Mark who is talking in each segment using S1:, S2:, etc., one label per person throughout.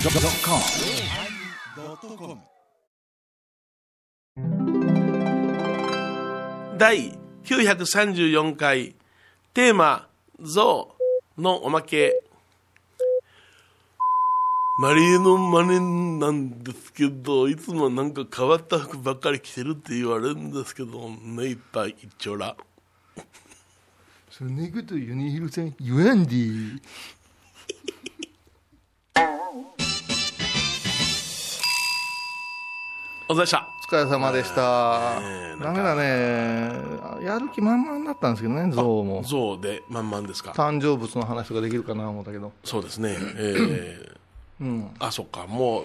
S1: YONNIRI.com
S2: 第934回テーマ「象のおまけ」マリエの真似なんですけどいつもなんか変わった服ばっかり着てるって言われるんですけど目いっぱい一丁ら
S3: そんなことユニヒルさん言わんで
S2: お疲れ様でした
S3: お疲れ様でした、
S2: ねえな
S3: ダ
S2: ん
S3: メ
S2: か
S3: だねあやる気満々だったんですけどねゾウも
S2: 象で満々ですか
S3: 誕生物の話とかできるかな思ったけど
S2: そうですねえーあそっかもう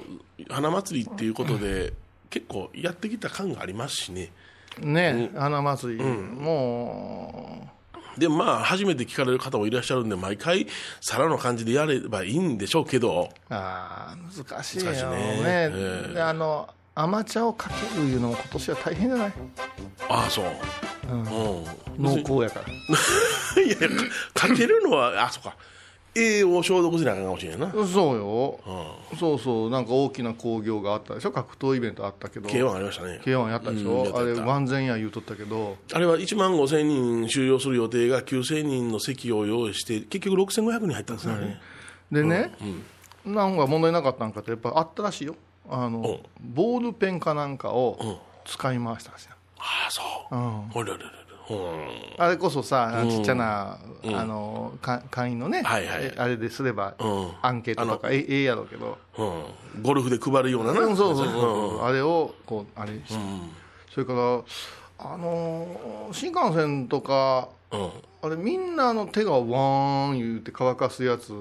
S2: 花祭りっていうことで結構やってきた感がありますしね
S3: ねえ花祭り、も
S2: でまあ初めて聞かれる方もいらっしゃるんで毎回皿の感じでやればいいんでしょうけど
S3: うあー難しいよ
S2: 難しいね
S3: ね
S2: ええ
S3: であの甘茶をかけるいうのも今年は大変じゃない
S2: ああそううん、
S3: 濃厚やから
S2: いやいやかかけるのはあそうか栄養消毒せなあかんかもしれんな
S3: そうよ、そうそうなんか大きな興行があったでしょ格闘イベントあったけど
S2: K1 ありましたね
S3: K1 やったでし
S2: うん
S3: ょ、
S2: やった
S3: あ
S2: や
S3: れ
S2: った
S3: 万全や言うとったけど
S2: あれは1万5000人収容する予定が9000人の席を用意して結局6500人入ったんですね、あれね
S3: でね、なんか問題なかったんかってやっぱあったらしいよあのボールペンかなんかを使い回したらしいな
S2: ああそう、うん、おりおりおりうん
S3: あれこそさちっちゃな、あのか会員のね、
S2: はいはい
S3: えあれですれば、
S2: ん
S3: アンケートとかえええやろうけど
S2: うん、ゴルフで配るようなな、
S3: うんそうそうそうそう、あれをこうあれして、それからあのー新幹線とか
S2: うん、
S3: あれみんなあの手がワーン言うて乾かすやつ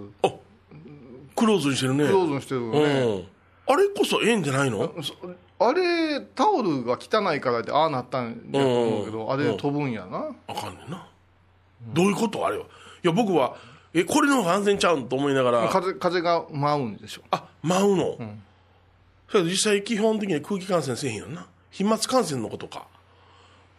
S2: クローズにしてるね
S3: クローズにしてるよね、
S2: うん、あれこそええんじゃないの
S3: そあれタオルが汚いからでああなったんやと思うけど、
S2: うん
S3: あれ飛ぶんやな、
S2: あかんねんな、どういうことあれよいや僕はえこれの方が安全ちゃうんと思いながら
S3: 風風が舞うんでしょ
S2: あ舞うの、それ実際基本的には空気感染せえへんよな飛沫感染のことか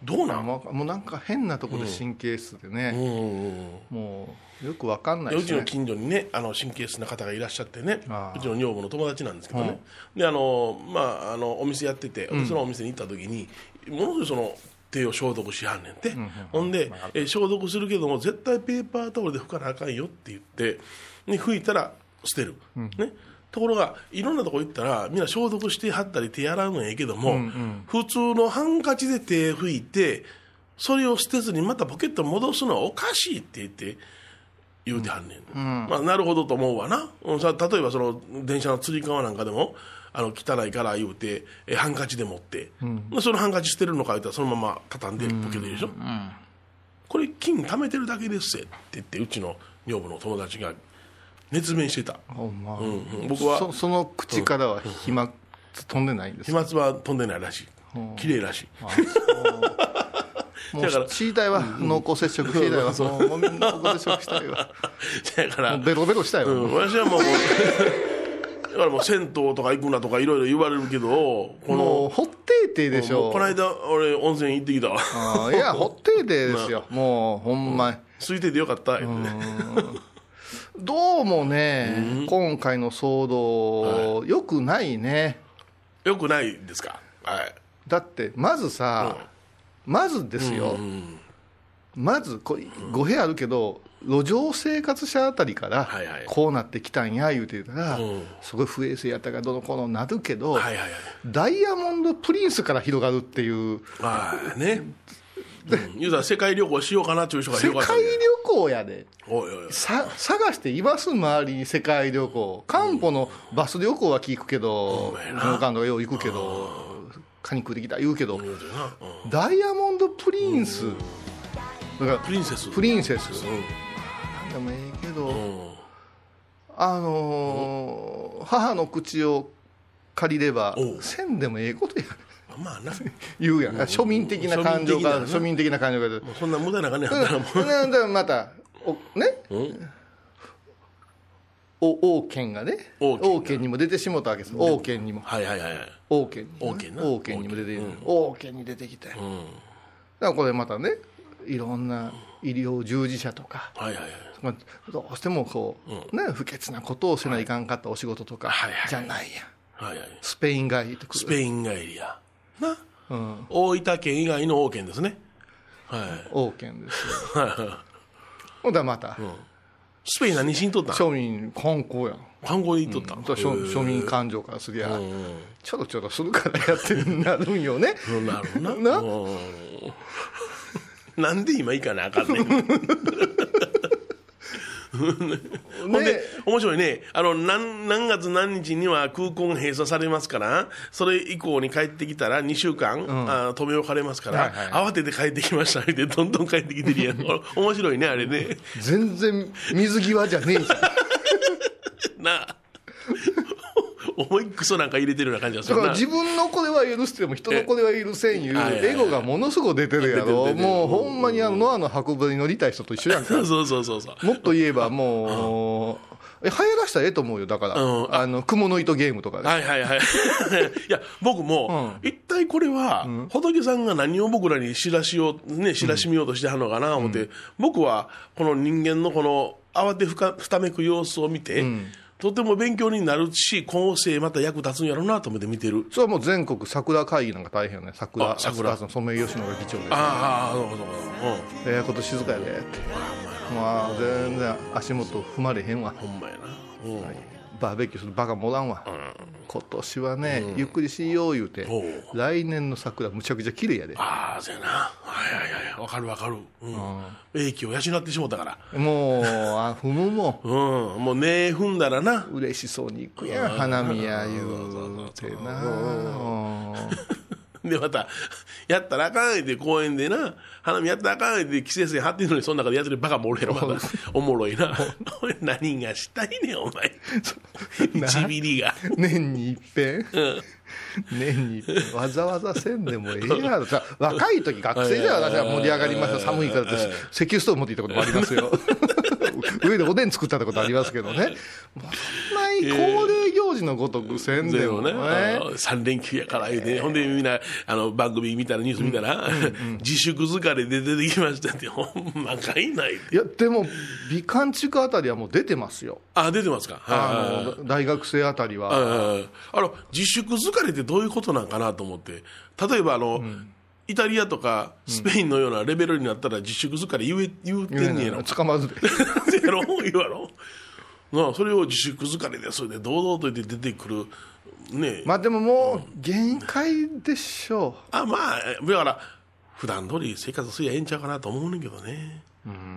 S2: どうなん、
S3: もうもうなんか変なとこで神経質で
S2: う
S3: ね、
S2: んうん
S3: もうよくわかんな
S2: うん、
S3: いうし、
S2: ちの
S3: ね、
S2: 近所にねあの神経質な方がいらっしゃってね
S3: あー
S2: うちの女房の友達なんですけどね、であのまああのお店やっててそのお店に行った時に、ものすごいその手を消毒しはんねんて、ほんで、え消毒するけども絶対ペーパータオルで拭かなあかんよって言ってで拭いたら捨てる、ねところがいろんなとこ行ったらみんな消毒してはったり手洗うのやけども、普通のハンカチで手拭いてそれを捨てずにまたポケットに戻すのはおかしいって言って言うてはんねん、まあ、なるほどと思うわな、うん、さ例えばその電車のつり革なんかでもあの汚いから言うてえハンカチで持って、そのハンカチ捨てるのか言ったらそのまま畳んでポケットに入れるでしょ、これ金貯めてるだけですって言ってうちの女房の友達が熱弁してた
S3: ほんま
S2: んうん僕は
S3: そその口からは飛沫飛んでないんです
S2: 飛沫は飛んでないらしい綺麗らしい
S3: も
S2: だから
S3: う知りたいわ、濃厚接触知りたいわもうもうみんな濃厚接触した いわ
S2: だから
S3: もうベロベロしたいわ、
S2: うん、私はもう、だからもう 銭湯とか行くなとかいろいろ言われるけど、こ
S3: も
S2: の
S3: う、ほっていてでし
S2: も
S3: ょ
S2: うこの間、俺、温泉行ってきたわ、
S3: あーいやほっていてですよ、もうほんまに、
S2: 空いててよかった、言ってね
S3: どうもね、今回の騒動、良くないね。
S2: よくないですか、はい、
S3: だって、まずさ、まずですよ、まずこ、語弊あるけど、路上生活者あたりから
S2: はいはい、
S3: こうなってきたんや言うてたら、
S2: うん
S3: すごい不衛生やったからどうのこうのなるけど、
S2: はいはいはい、
S3: ダイヤモンド・プリンスから広がるっていう、
S2: まあね、うん、言うたら世界旅行しようかなっていう人が
S3: 世
S2: よかったん
S3: 界
S2: で
S3: 旅行やで。
S2: おいおいおい
S3: さ探しています周りに世界旅行漢方のバス旅行は聞くけど
S2: うん
S3: 農館とかよう行くけどカニ食うてきた言うけど
S2: 言うてなうん
S3: ダイヤモンド・プリンスだから
S2: プリンセス、
S3: プリンセス
S2: うん
S3: でもええけど
S2: うん
S3: あのー母の口を借りれば
S2: おう
S3: せんでもええことや
S2: まあな、
S3: 言うやん庶民的な感情が
S2: 庶
S3: 庶民的な感情が出て
S2: もうそんな無駄な金やったらもう、
S3: うんでまたおね
S2: うん
S3: お王権がね
S2: 王権が
S3: 王権にも出てしもたわけです王権にも
S2: はいはいはいはい、
S3: 王権に
S2: 王権な
S3: 王権にも出てきて
S2: うん
S3: 王権に出てきてだか
S2: うん、
S3: らこれまたねいろんな医療従事者とか、
S2: はいはいはい
S3: まあ、どうしてもこう、ね、不潔なことをせないかんかったお仕事とか
S2: はいはい
S3: じゃないやん
S2: はいはい
S3: スペイン帰りと
S2: ス
S3: か、
S2: ペイン帰りやな
S3: うん、
S2: 大分県以外の王県ですねはい
S3: 王権ですよ ほんだらまた、
S2: スペイン何しにとったん
S3: 庶民観光やん
S2: 観光で行っとったん
S3: 庶庶民感情からすりゃ、ちょろちょろするからやってなるんよね、
S2: うんなるほど
S3: な
S2: なうん なんで今行かなあかん ねんほんで
S3: ね、
S2: 面白いねあの何、何月何日には空港が閉鎖されますから、それ以降に帰ってきたら、2週間、あ止め置かれますから、
S3: はいはい
S2: 慌てて帰ってきましたって、 どんどん帰ってきてるやん、お面白いね、あれね、
S3: 全然水際じゃねえじゃん
S2: な あ、思いっくそなんか入れてるような感じがす
S3: だ
S2: る
S3: から
S2: な、
S3: 自分の子では許しても人の子では許せんいう
S2: はいはいはい
S3: エゴがものすごい出てるや
S2: 出て
S3: ろ
S2: る出てる
S3: もうほんまにあのノアの箱舟に乗りたい人と一 緒やんか
S2: そうそうそうそうそう、
S3: もっと言えばもうえ流行らしたらええと思うよだから、
S2: うん
S3: あの雲の糸ゲームとかで、
S2: はいはいはい。いや、僕も、一体これは、仏さんが何を僕らに知らしよう、ね、知らしみようとしてはるのかな、思って、僕は、この人間のこの、慌てふか、ふためく様子を見て、とても勉強になるし、今後世また役立つんやろうなと思って見てる。
S3: それはもう全国桜会議なんか大変よね桜
S2: あ桜
S3: あそのソメイヨシノが議長で
S2: ああ、なるほど、なるほど。うん。
S3: ええこと静かやでってまあ全然足元踏まれへんわ
S2: ほんまやな。うん。
S3: バーベキューするバカもおらんわ、今年はね、ゆっくりしよう言うて
S2: ほう
S3: 来年の桜むちゃくちゃ綺麗やで
S2: ああ、そうやな。はいはいはい。わかるわかる。うん。英気を養ってしもうたから。
S3: もうあ踏むも
S2: うん。もう根踏んだらな。
S3: ん嬉しそうに行くやん花見や言うてなうん
S2: で、また、やったらあかんって公園でな、花見やったらあかんって季節に張ってるのに、その中でやってるバカも おるやろ、まだ。おもろいな。俺 何がしたいねん、お 前。1ミリが。
S3: 年に一遍年に一遍わざわざせんでもええやろさ若い時学生じゃ私は盛り上がりました寒いからです石油ストーブ持っていったこともあります よ上でおでん作ったってことありますけどねもうそんなに恒例行事のごとくせんで
S2: でも
S3: も
S2: ね、
S3: ね
S2: あの三連休やから言うて、ほんでみんな、あの、番組見たら、ニュース見たら、自粛疲れで出てきましたって、ほんまかいないって。
S3: いやでも美観地区あたりはもう出てますよ
S2: あ、出てますか。はい
S3: あの大学生あたりは
S2: うんあの自粛疲れってどういうことなんかなと思って、例えばあの、イタリアとかスペインのようなレベルになったら、自粛疲れ言え言うてんねやろ、
S3: 捕まずで
S2: せ やろ、言うやろ、なあそれを自粛疲れですで堂々と言って出てくる、ねえ、
S3: まあでももう限界でしょ
S2: あまあ、だから、普段通り生活すりゃええんちゃうかなと思うねんけどね、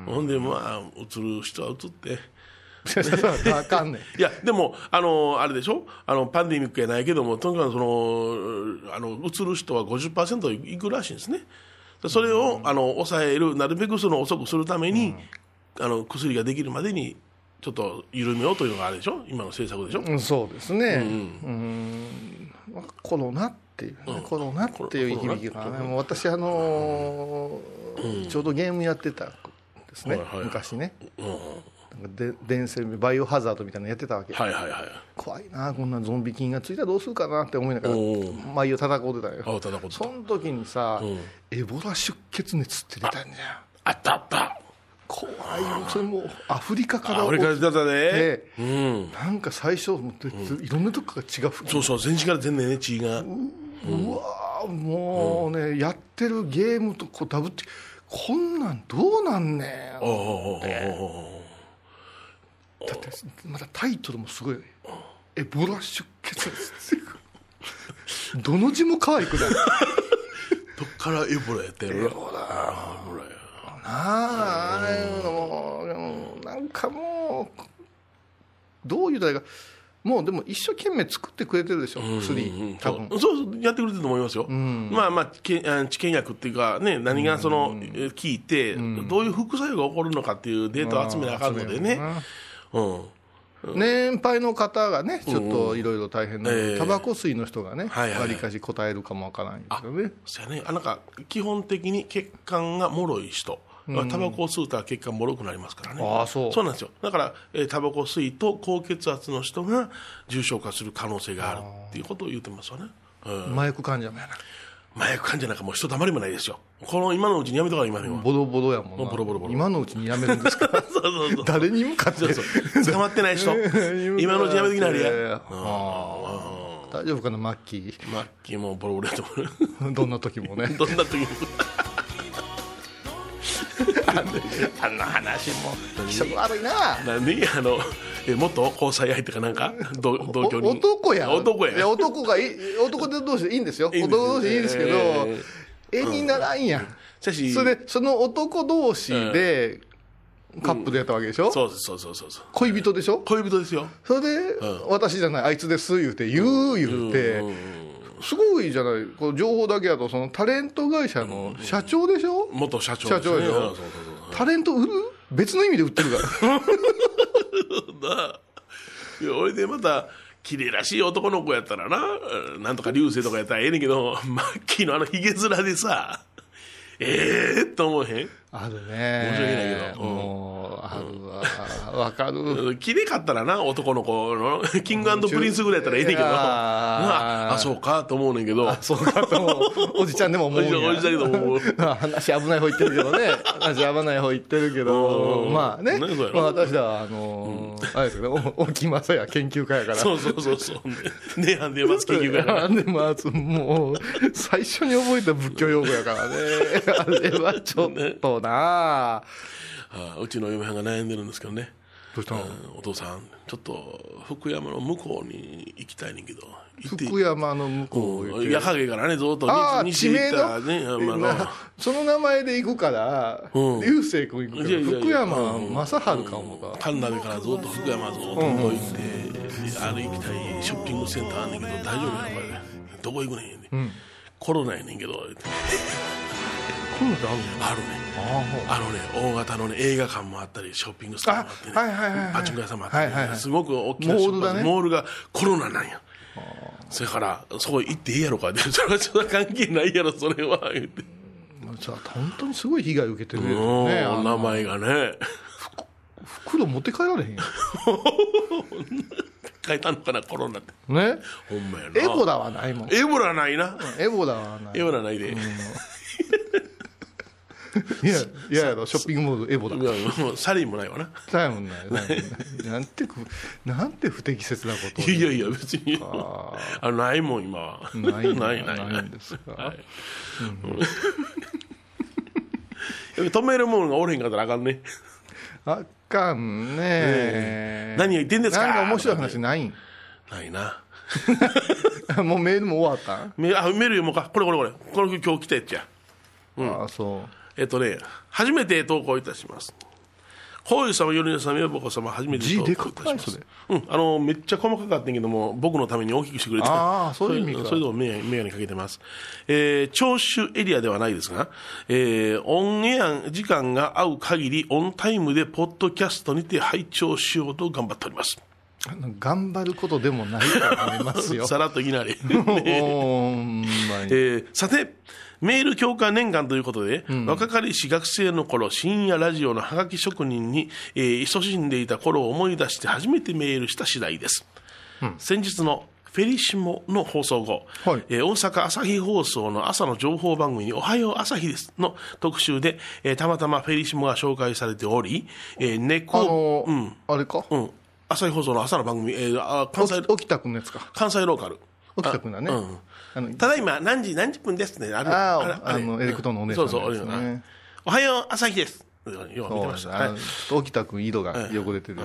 S2: ほんで、まあ、映る人は映って。
S3: うわかんね
S2: いや、でも、あの、あれでしょあの、パンデミックやないけども、とにかくその、あの、移る人は50%いくらしいんですね。でそれを、あの、抑える、なるべくその遅くするために、あの、薬ができるまでに、ちょっと緩めようというのがあれでしょ今の政策でしょ、
S3: うんそうですねうんまあコロナっていうねコロナっていう響きがねもう私あのーちょうどゲームやってたんですね
S2: はいはいはい
S3: 昔ね
S2: うん、はい
S3: なんかで電線バイオハザードみたいなのやってたわけ
S2: はいはい。
S3: 怖いなこんなゾンビ菌がついたらどうするかなって思いながら
S2: おお
S3: 眉を叩こうてたんよ
S2: あ、ただこと
S3: そ。の時にさ、
S2: ん
S3: エボラ出血熱って出たんじゃん
S2: あったあった。
S3: 怖いよそれもうアフリカから
S2: あ、俺から
S3: 起
S2: だった
S3: き
S2: ね。
S3: て
S2: うん。
S3: なんか最初もうでいろんなとこから血が吹き
S2: そうそう、全身から全然ね、血が。
S3: うわーもうね、やってるゲームとこうダブってこんなんどうなんねん
S2: おうおうおうおうおう
S3: だってまたタイトルもすごいよねエボラ出血熱ってどの字も可愛くないな
S2: どっからエボラやったやろエボラ。エボラや。
S3: あああいうのもうんなんかもうどういういかもうでも一生懸命作ってくれてるでしょ3多分
S2: そうそうやってくれてると思いますよ、まあまあけあ治験薬っていうか、ね、何がその、えー効いて、どういう副作用が起こるのかっていうデータを集めなあかんのでね、うん、は
S3: 年配の方がね、ちょっといろいろ大変なの
S2: ええ
S3: で、タバコ吸いの人がね、
S2: はいはいはい
S3: わりかし答えるかもわからんけどね、
S2: そやね、あなんか基本的に血管がもろい人、タバコを吸うたら血管もろくなりますからね、
S3: ああそう
S2: なんですよ、だから、えータバコ吸いと高血圧の人が重症化する可能性があるっていうことを言ってますよね。うん
S3: 麻薬患者もやな、
S2: 麻薬患者なんかもう人たまりもないですよ。この今のうちにやめとかな今のは。
S3: ボロボロやもんな
S2: ボロボロボロ
S3: 今のうちにやめるんですか
S2: そうそうそう。
S3: 誰に向かって
S2: そうそう捕まってない 人今のうちにやめときなはれ
S3: いやいやい
S2: や
S3: やあー大丈夫かなマッキ
S2: マッキーもボロボロやと思
S3: ーどんな時もね
S2: う どんな時もあの話も
S3: 気色悪いな
S2: なんであのえ元交際相手かなんか同同居
S3: お
S2: 人
S3: 男や
S2: 男や
S3: いや男がいい男で同士でいいんですよ
S2: いいんです
S3: 男同士でいいんですけど
S2: え
S3: 絵にならんやん、
S2: しかし
S3: それでその男同士でカップルやったわけでしょ、
S2: そうそうそうそうそう
S3: 恋人でしょ
S2: 恋人ですよ
S3: それで、私じゃないあいつです言うて言う言うて、すごいじゃないこの情報だけだとそのタレント会社の社長でしょ、
S2: 元社長
S3: 社長でしょ
S2: そうそうそう
S3: タレント売る別の意味で売ってるから
S2: いや 俺でまた綺麗らしい男の子やったらなうんなんとか流星とかやったらええねんけど マッキーのあのひげ面でさ ええー、と思え
S3: あるね
S2: 申し訳ないけどうん
S3: もうあるわわかる
S2: へん綺麗かったらな男の子の キングプリンスぐらいやったらええねんけど
S3: いや
S2: な
S3: ー
S2: ああそうかと思うねんけどお
S3: そうかと 思うおじちゃんでも思う
S2: じ
S3: ん
S2: さ
S3: や
S2: んおじさんやけど もう
S3: 話危ない方言ってるけどね話危ない方言ってるけど
S2: うん
S3: まあね
S2: ねそうやろ
S3: まあ、私らはあのーあれですけどお沖正也研究家やから
S2: そうそうそうそうねえんでます結局やから
S3: あでもあつもう最初に覚えた仏教用語やか らねあれはちょっとなあ
S2: あうちの嫁はんが悩んでるんですけどね
S3: どうしたの
S2: うんお父さんちょっと福山の向こうに行きたいねんけど行っていい
S3: 福山の向こう言うて
S2: 矢影からねずっと
S3: ああ
S2: 西
S3: 地
S2: 西
S3: 名
S2: 行ったら
S3: の、
S2: ねあまあ
S3: なその名前で行くから
S2: うん
S3: 流星君行く
S2: い
S3: け
S2: やいや
S3: ど
S2: いや
S3: 福山雅治か思うか
S2: 神鍋からずっと福山ずっと行って、あの行きたいショッピングセンターあんねんけど大丈夫やこれどこ行くねんね、コロナやねんけど
S3: 今度会うの
S2: あるねあのね大型のね映画館もあったりショッピングストアもあってね
S3: あはいはいはいはい
S2: パチンコ屋さんもあったりね、
S3: はいはいはい
S2: すごく大きな
S3: モールだね
S2: ショッピングモールがコロナなんやそれからそこ行っていいやろかでそれはちょっと関係ないやろそれは言って、
S3: さ本当にすごい被害受けてる
S2: う
S3: よ
S2: ん
S3: ねあの
S2: 名前がね
S3: 袋持って帰られへんよ
S2: 書いたのかなコロナって
S3: ね
S2: ほんまやな
S3: エボラはないもん
S2: エボラないな
S3: エボラはない
S2: エボラないで、
S3: いやいややろショッピングモールエボラ
S2: うわもうサリーもないわな
S3: ないもんないないもんないなんてこなんて不適切なことを
S2: いやいや別にあないもん今は
S3: ないんだ
S2: ないないな
S3: ない
S2: い
S3: んですか
S2: 止めるもん がおれへんかったらあかんね
S3: あかんね
S2: 何を言ってんですか
S3: なんか面白い話ないん
S2: ないな
S3: もうメールも終わったん
S2: めあメール読もうかこれこれこれこれ今日来たやつや
S3: ああそう
S2: えっとね初めて投稿いたします浩二様、よりね様、よぼこ様、初めて投稿いたしま
S3: 字
S2: す
S3: でか。
S2: うん、あの、めっちゃ細かかったんやけども、僕のために大きくしてくれて
S3: あーそういう意味か
S2: それそれでもメガメガネかけてます。えー、聴取エリアではないですが、えー、オンエア時間が合う限り、オンタイムでポッドキャストにて拝聴しようと頑張っております。
S3: あの頑張ることでもないと思います よ
S2: さらっといき なり。
S3: おーほんまに
S2: えーさて、メール強化年間ということで、若かりし学生の頃、深夜ラジオのハガキ職人に、えー、勤しんでいた頃を思い出して初めてメールした次第です。先日のフェリシモの放送後、
S3: はい
S2: えー大阪朝日放送の朝の情報番組におはよう朝日ですの特集で、えーたまたまフェリシモが紹介されており、えー
S3: あ
S2: 猫、
S3: のあれか
S2: うん、朝日放送の朝の番組、えーあ関西
S3: 沖、沖田君のやつか
S2: 関西ローカル。
S3: 沖田君だね
S2: あうん
S3: あの
S2: ただいま何時何十分ですね。あれ
S3: あー
S2: れ
S3: あの
S2: れ
S3: エレクトーンのお姉さんの
S2: そうそう、
S3: やつね
S2: 俺のおはよう、朝日です。よう見てました。
S3: あ
S2: はい
S3: の沖田君井戸が汚れてる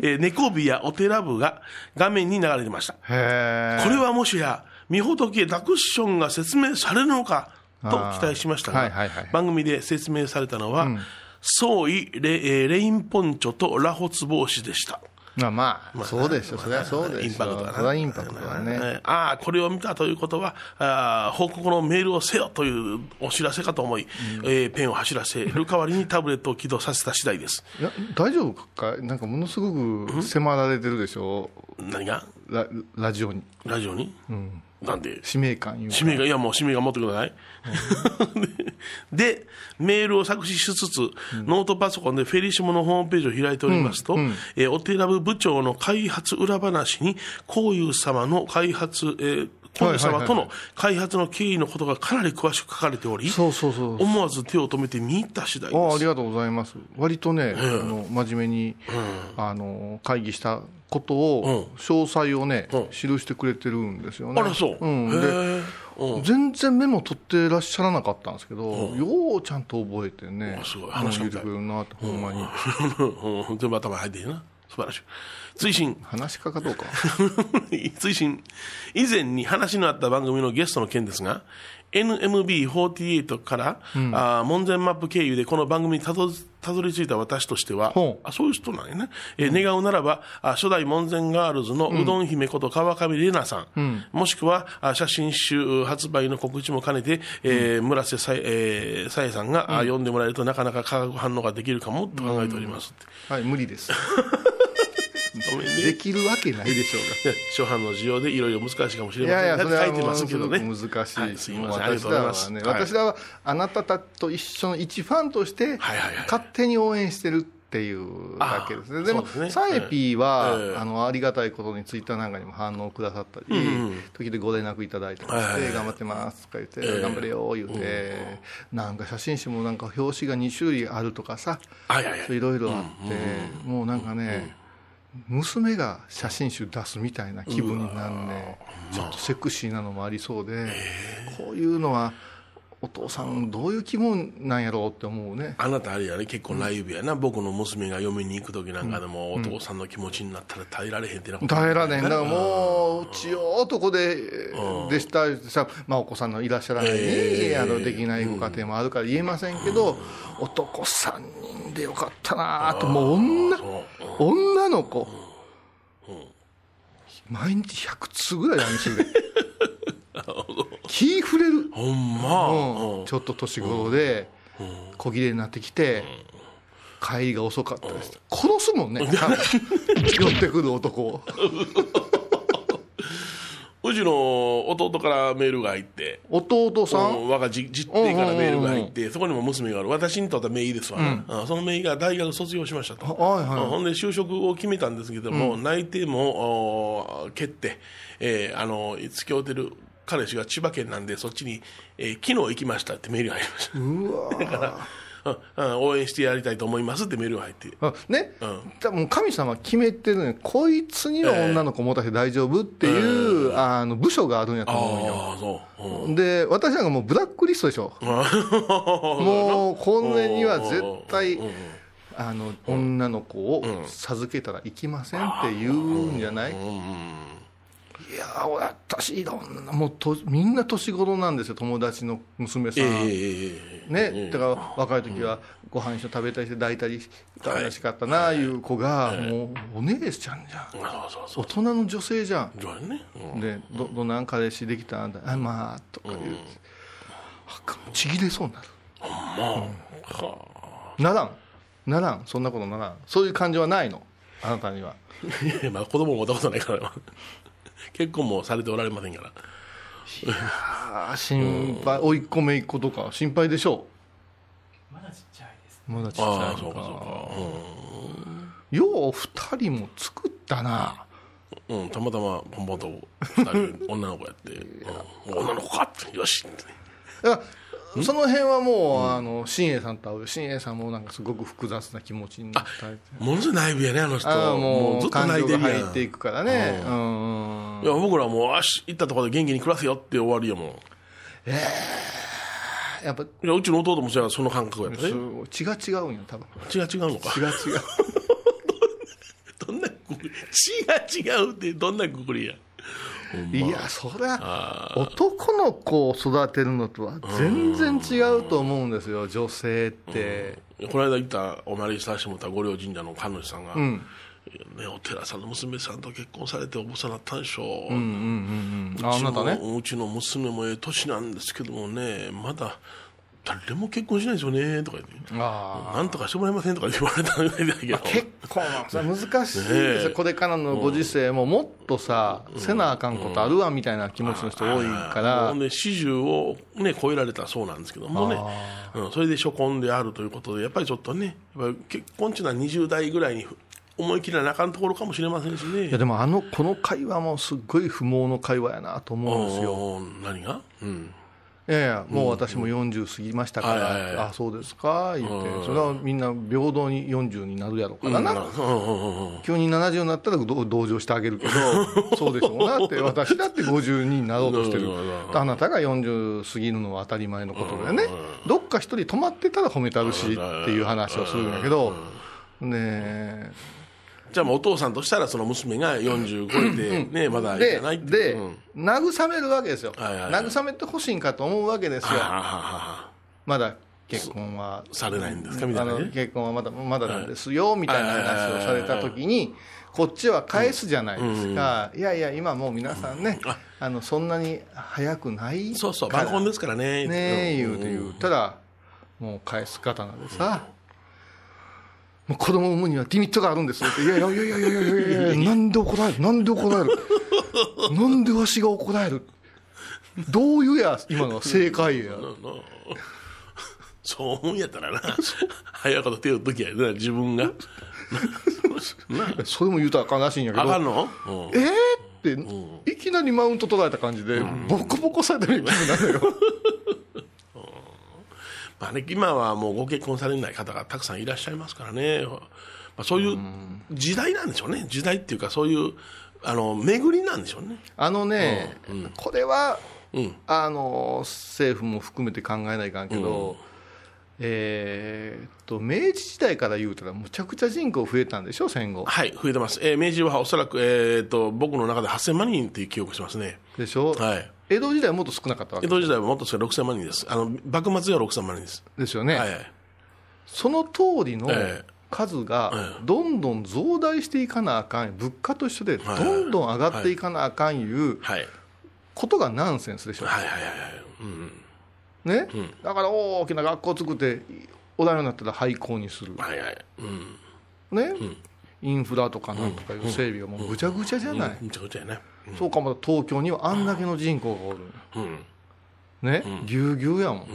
S2: えー、猫火やお寺部が画面に流れてました。
S3: へ
S2: これはもしや、御仏へダクッションが説明されるのかと
S3: あー
S2: 期待しましたが、
S3: はいはいはい
S2: 番組で説明されたのは、ソイレ、えーレインポンチョとラホツボウシでした。
S3: まあまあそうでしょそりゃそうで
S2: イ
S3: しょ
S2: ンパクトだな
S3: そりゃインパクトだね
S2: えーああ、これを見たということは、あー報告のメールをせよというお知らせかと思い、えーペンを走らせる代わりにタブレットを起動させた次第です。
S3: いや大丈夫かなんかものすごく迫られてるでしょ
S2: 何が
S3: ララジオに
S2: ラジオに、なんで
S3: 使命感いうか
S2: 使命が、いやもう使命が持ってください。で、メールを作詞しつつ、ノートパソコンでフェリシモのホームページを開いておりますと、えーお寺部部長の開発裏話に、こういう様の開発、えー神様との開発の経緯のことがかなり詳しく書かれており、
S3: そうそうそう
S2: 思わず手を止めて見入った次第
S3: あ
S2: で
S3: ああ
S2: す
S3: り。がとうございます割とね、あの真面目に、あの会議したことを、詳細をね、
S2: うん
S3: 記してくれてるんですよね
S2: あら、そう。
S3: ん、で
S2: へえ。うん。
S3: 全然メモ取ってらっしゃらなかったんですけど、ようちゃんと覚えてね
S2: あすごい
S3: うん
S2: 話しか
S3: 言
S2: け
S3: って
S2: たい
S3: くれるなってほんまに、
S2: うん全部頭入っていいな。素晴らしい。追伸。
S3: 話しかかどうか
S2: 追伸。 以前に話のあった番組のゲストの件ですが、NMB48 から、あー門前マップ経由でこの番組にたどたどり着いた私としては
S3: ほ、う
S2: あそういう人なんやね、えー願うならばあ初代門前ガールズのうどん姫こと川上玲奈さん、もしくはあ写真集発売の告知も兼ねて、えー村瀬さえーさえさんが、あ読んでもらえるとなかなか化学反応ができるかもと考えておりますって。
S3: はい無 理です
S2: ごめんね
S3: できるわけないでしょうが
S2: ね初版の需要でいろいろ難しいかもしれ
S3: い
S2: ま
S3: やい
S2: せんが
S3: や、それは
S2: 書いて
S3: も
S2: ま
S3: う
S2: す
S3: す
S2: けど
S3: ご
S2: ね
S3: く難しい、
S2: はいすみませんありがと
S3: 私
S2: うござ
S3: ら
S2: いま
S3: は
S2: す
S3: ね、
S2: はい
S3: 私らはあなたたと一緒の一ファンとして
S2: はいはいはい、
S3: 勝手に応援してるっていうだけですね、
S2: あー
S3: で
S2: そう
S3: も
S2: です、ね
S3: サエピー
S2: ええ
S3: はあのありがたいことにツイッターなんかにも反応くださったり、時々ご連絡いただいたり
S2: はいはい
S3: し
S2: は
S3: て、頑張ってますとか言って、頑張れよ言うて、なんか写真集もなんか表紙が2種類あるとかさ、
S2: あいやいや
S3: そういろいろあって、もうなんかね、娘が写真集出すみたいな気分になんねちょっとセクシーなのもありそうで、こういうのはお父さんどういう気分なんやろうって思うね
S2: あなたあれやね結婚ライブやな、僕の娘が嫁に行く時なんかでも、お父さんの気持ちになったら耐えられへんってなこと
S3: 耐えられへんだからもううちよ男ででしたりしてさ、まあ、お子さんのいらっしゃらない、
S2: ええ
S3: あのできないご家庭もあるから言えませんけど、男3人でよかったなともう女
S2: そう
S3: 女の子、毎日100通ぐらい LINE する で気触れる、
S2: ほんま、
S3: うんちょっと年頃で小切れになってきて帰りが遅かったです殺すも んね多分寄ってくる男を
S2: うちの弟からメールが入って
S3: 弟さん
S2: 我がじ実定からメールが入ってそこにも娘がある私にとっては名医ですわな、あその名医が大学卒業しましたと
S3: はいはい
S2: ほんで就職を決めたんですけども、内定もお決定、えーあの付き合うてる彼氏が千葉県なんでそっちに、えー昨日行きましたってメールが入りました
S3: うわ
S2: うんう
S3: ー
S2: ん応援してやりたいと思いますってメールが入って
S3: あね、
S2: ん
S3: 多分神様決めてるのよこいつには女の子持たせて大丈夫っていう、あの部署があるんやと
S2: あ
S3: 思うよ
S2: あそう、うん
S3: で私なんかもうブラックリストでしょもう今年には絶対あの女の子を授けたらいきませんって言うんじゃない、いやー私いろんなもうとみんな年頃なんですよ友達の娘さん、
S2: ええ
S3: ね、だから若い時はご飯一緒に食べたりして抱いたり
S2: はい
S3: 楽しかったなあいう子がもうお姉ちゃんじゃん
S2: あそうそう
S3: 大人の女性じゃん
S2: そうだよね、うん
S3: でどどんなん彼氏できたんだあまあとか言う、あちぎれそうになるならんならんそんなことならんそういう感情はないのあなたにはい
S2: やいやまあ子供も持ったことないから結婚もされておられませんから
S3: ああ心配追い込めいっ子とか心配でしょうまだちっちゃいですまだ
S2: あ
S3: ち
S2: あ
S3: っちゃい
S2: そうか
S3: のか
S2: そうか
S3: よう二人も作ったな
S2: うん、うん、たまたまポンポンと二人女の子やって、うん女の子かってよしって
S3: だからその辺はもう、あの新栄さんと会うよ新栄さんもなんかすごく複雑な気持ちになったり
S2: ものすごい内部やねあの人
S3: あー
S2: もう
S3: も
S2: ず
S3: う
S2: っと
S3: 感
S2: 泣い
S3: 情
S2: て
S3: が
S2: るや
S3: 入
S2: ん
S3: っていくからねうん
S2: いや僕らはもうあし行ったところで元気に暮らせよって終わりやもん
S3: やっぱ
S2: いやうちの弟もそやその感覚やったね
S3: すごい血が違うんよ多分
S2: 血が違うのか
S3: 血が違う
S2: どんなくくり血が違うってどんなくくりや
S3: いやそりゃ男の子を育てるのとは全然違うと思うんですよ女性って
S2: この間行ったお参りさせてもらった五稜神社の神主さんが、ね、お寺さんの娘さんと結婚されてお坊さんになったんでしょう、
S3: ああなたね
S2: うちのうちの娘もええ年なんですけどもねまだ誰も結婚しないですよねとか言って
S3: あ
S2: なんとかしてもらえませんとか言われたみたいだけど、
S3: あ結構なそれ難しいです
S2: ねえ
S3: よこれからのご時世ももっとさせなあかんことあるわみたいな気持ちの人多いから
S2: もうね、40を、ね、超えられたそうなんですけどもね、うん、それで初婚であるということで、やっぱりちょっとね、やっぱり結婚っていうのは20代ぐらいに思い切らなあかんところかもしれませんしね。
S3: いやでもあのこの会話もすっごい不毛の会話やなと思うんですよ。
S2: おー何が、うん、
S3: いやいやもう私も40過ぎましたか
S2: はいはいはい
S3: ら、あそうですか言って、それはみんな平等に40になるやろうからな、
S2: うんうんうんうん
S3: 急に70になったらど同情してあげるけ ど、そうでしょうなって、私だって52になろうとしてる
S2: なるほどなる、
S3: あなたが40過ぎるのは当たり前のことだよね、どっか一人止まってたら褒めたるしっていう話をするんだけど、ねえ
S2: じゃあもうお父さんとしたらその娘が40超えてねまだい
S3: で
S2: かないって
S3: で、
S2: うん
S3: 慰めるわけですよ、
S2: はいはいはい
S3: 慰めてほしいんかと思うわけです
S2: あは
S3: よ、
S2: はは
S3: まだ結婚は
S2: されないんですかみた
S3: あ
S2: いな
S3: の
S2: ね
S3: 結婚はまだまだなんですよみたいな話をされたときに、こっちは返すじゃないですか、いやいや、今もう皆さんね、あのそんなに早くない
S2: そうそう
S3: か
S2: 晩
S3: ら
S2: 婚ですからね
S3: ねえ
S2: うん
S3: 言うて言うたら、もう返す方なんでさ、もう子供を産むにはリミットがあるんですよって、いやいやいやいやいやいやいや いや、なんで怒られる、なんで怒られる、なんでわしが怒られる、どういうや、今のは正解や。
S2: そう思うんやったらな早いこと手をときやでな自分がな
S3: それも言うたら悲しいんやけ
S2: あ
S3: ど
S2: かんの、うん
S3: えーって、いきなりマウント取られた感じで、ボコボコされてるみたいに なるよ。
S2: まあね、今はもうご結婚されない方がたくさんいらっしゃいますからね、まあ、そういう時代なんでしょうね時代っていうかそういうあの巡りなんでしょうね
S3: あのね、これは、
S2: うん
S3: あの、政府も含めて考えないかんけど、えーっと、明治時代から言うたら、むちゃくちゃ人口増えたんでしょ、戦後。
S2: はい、増えてます。えー明治はおそらく、えー、と僕の中で8000万人っていう記憶しますね。
S3: でしょ、
S2: はい。
S3: 江戸時代はもっと少なかったわ
S2: 江
S3: け
S2: 戸時代はもっとすれ6000万人です。あの、幕末では6000万人です。
S3: ですよね。
S2: はいはい。
S3: その通りの
S2: ええ
S3: 数がどんどん増大していかなあかん、物価と一緒でど
S2: いはい
S3: んどん上がっていかなあかんいう
S2: はい。
S3: ことがナンセンスでしょ。
S2: はいはいはいはい。うん。
S3: ね、だから大きな学校作っておらんようになったら廃校にする、ね
S2: はいはい。うん。
S3: インフラとかなんとかいう整備がもうぐちゃぐちゃじゃない、
S2: めちゃくちゃやね。
S3: そうかまだ東京にはあんだけの人口がおる
S2: うん。
S3: ねぎゅうぎゅうやもん、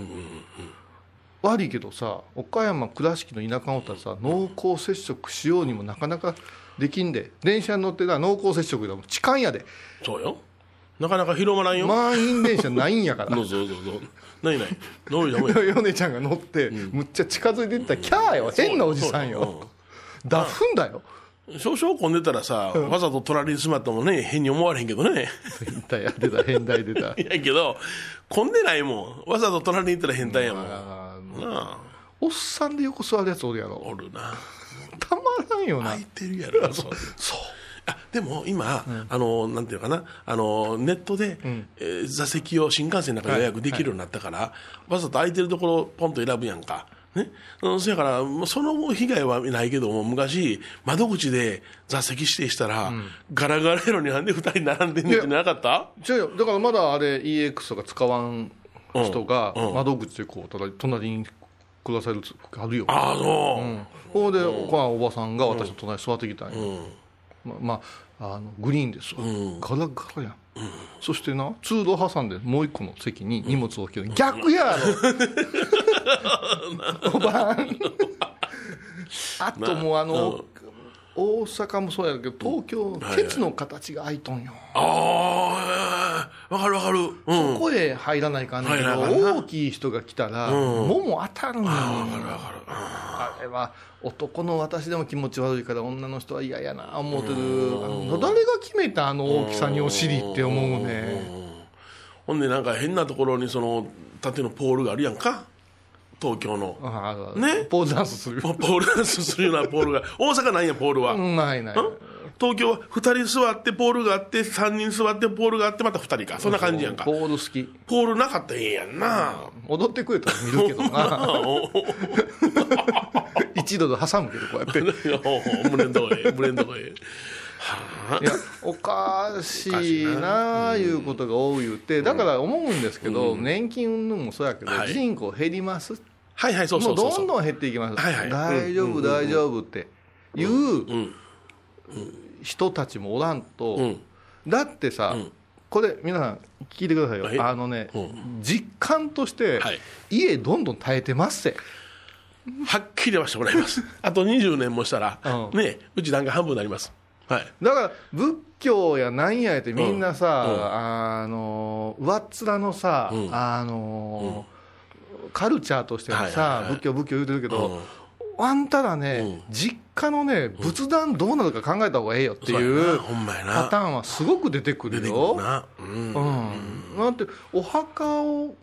S3: 悪いけどさ岡山倉敷の田舎のおったらさ濃厚接触しようにもなかなかできんで電車に乗ってたら濃厚接触だもん痴漢やで
S2: そうよ。なかなか広まらんよ。
S3: 満員電車ないんやから
S2: どうぞどうぞ。ないない。どういうもんや。
S3: 米ちゃんが乗って、むっちゃ近づいていったらキャーよ変なおじさん
S2: そうそう
S3: よ、ダフんだよ
S2: 少々混んでたらさ、わざと隣に住まってもね、変に思われへんけどね。
S3: 変態やってた変態出た
S2: いやけど、混んでないもん。わざと隣に行ったら変態やもん。な
S3: あー
S2: あ。
S3: おっさんで横座るやつおるやろ
S2: おるな。
S3: たまらんよな
S2: 空いてるやろ、 そう
S3: そう
S2: あでも今、あの、なんていうかな、あのネットで、えー座席を新幹線の中で予約できるようになったから、わざと空いてるところをポンと選ぶやんか。ね、うんそやから、もうその被害はないけども、昔、窓口で座席指定したら、ガラガラやのになんで2人並んでんのじゃなかった
S3: 違うよだからまだあれ EX とか使わん人が
S2: うんうん
S3: 窓口でこうただ隣にくださるつあるよ
S2: ああ、そう、
S3: ほんでこのおばさんが私の隣に座ってきたんよままああのグリーンですわガラガラやんそしてな通路挟んでもう一個の席に荷物を置きる逆 やろおばんあともうあの大阪もそうやけど東京ケツの形が開いとんよ
S2: ああ、わかるわかる。うん。
S3: そこへ入らないかんねんけど、
S2: 入らなあかんな
S3: 大きい人が来たら、もも当たるのよ、あれは男の私でも気持ち悪いから、女の人は嫌やな思うてる、あの誰が決めた、あの大きさにお尻って思うね、
S2: ほんで、なんか変なところに、その、縦のポールがあるやんか。東京の。
S3: あの
S2: ね
S3: ポーズダンスする、
S2: ポポールダンスするようなポールが、大阪ないやん、ポールは。
S3: ないない、
S2: 東京は2人座って、ポールがあって、3人座って、ポールがあって、また2人か、そんな感じやんか、
S3: ポール好き、
S2: ポールなかったらええやんな、
S3: 踊ってくれたら見るけどな、
S2: お
S3: 一度で挟むけど、こう やって。
S2: お胸んとこへ、胸んとこへ、
S3: いやおかしいなあいうことが多い言ってだから思うんですけど、年金云々もそうやけど、
S2: はい
S3: 人口減りますって
S2: はいはい、そう
S3: も
S2: そううそう
S3: ど
S2: そ
S3: ん
S2: う、
S3: どん減っていきます、
S2: はいはい
S3: 大丈夫、大丈夫っていう、
S2: ん
S3: 人たちもおらんと、
S2: ん
S3: だってさ、これ、皆さん、聞いてくださいよ
S2: はい、
S3: あのね、
S2: う
S3: 実感として、
S2: はい
S3: 家、どんどん耐えてますって、
S2: はっきりはしてもらいます。あと20年もしたら、
S3: う
S2: ね、うちなんか半分になります。はい。
S3: だから仏教やなんやってみんなさ、
S2: うんうん
S3: あの上っ面のさ、
S2: うん
S3: あのカルチャーとしてはさ、
S2: はいはいはい
S3: 仏教仏教言うてるけ
S2: うん
S3: ど、あんたらね、
S2: う
S3: 実家のね仏壇どうなるか考えた方がええよって
S2: そや
S3: いう
S2: なほんまや
S3: パ
S2: な。
S3: ターンはすごく出てく
S2: 出
S3: る
S2: てく
S3: よ
S2: る。な。うん。
S3: うん、なんてお墓を、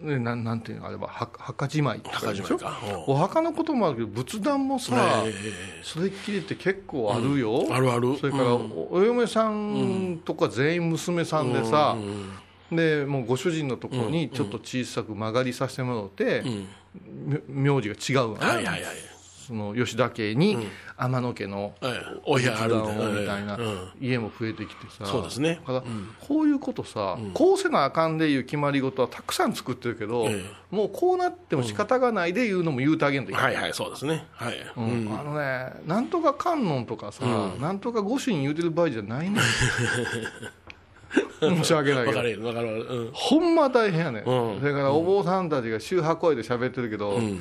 S3: ね、なんなんていうのあれば墓墓じまいとか
S2: 高
S3: でし
S2: 島
S3: ょ
S2: か。
S3: お墓のこともあるけど仏壇もさ、
S2: あ、え
S3: それっきりって結構あるよ、
S2: えあるある。
S3: それから
S2: うん
S3: おお嫁さんとか全員娘さんでさ、
S2: うん
S3: でもうご主人のところにちょっと小さく曲がりさせてもらって
S2: う、ん
S3: み名字が違うわね
S2: はいはいはい。
S3: その吉田家に天野家の
S2: はいお部屋あるみたいな。
S3: みたいな
S2: うん
S3: 家も増えてきてさ
S2: そうですね
S3: だからこういうことさ、こうせなあかんでいう決まり事はたくさん作ってるけど、
S2: え
S3: もうこうなっても仕方がないで言うのも言うてあげんといけない
S2: はいはい、そうですね。はい。う
S3: うん
S2: ん
S3: あのね、なんとか観音とかさ、なんとか御朱印言うてる場合じ ゃないねん申し訳ない
S2: わ
S3: け
S2: か
S3: ど。
S2: るわかる。うん
S3: ほんま大変やねん、
S2: うん
S3: それからお坊さんたちが宗派声で喋ってるけど、
S2: ん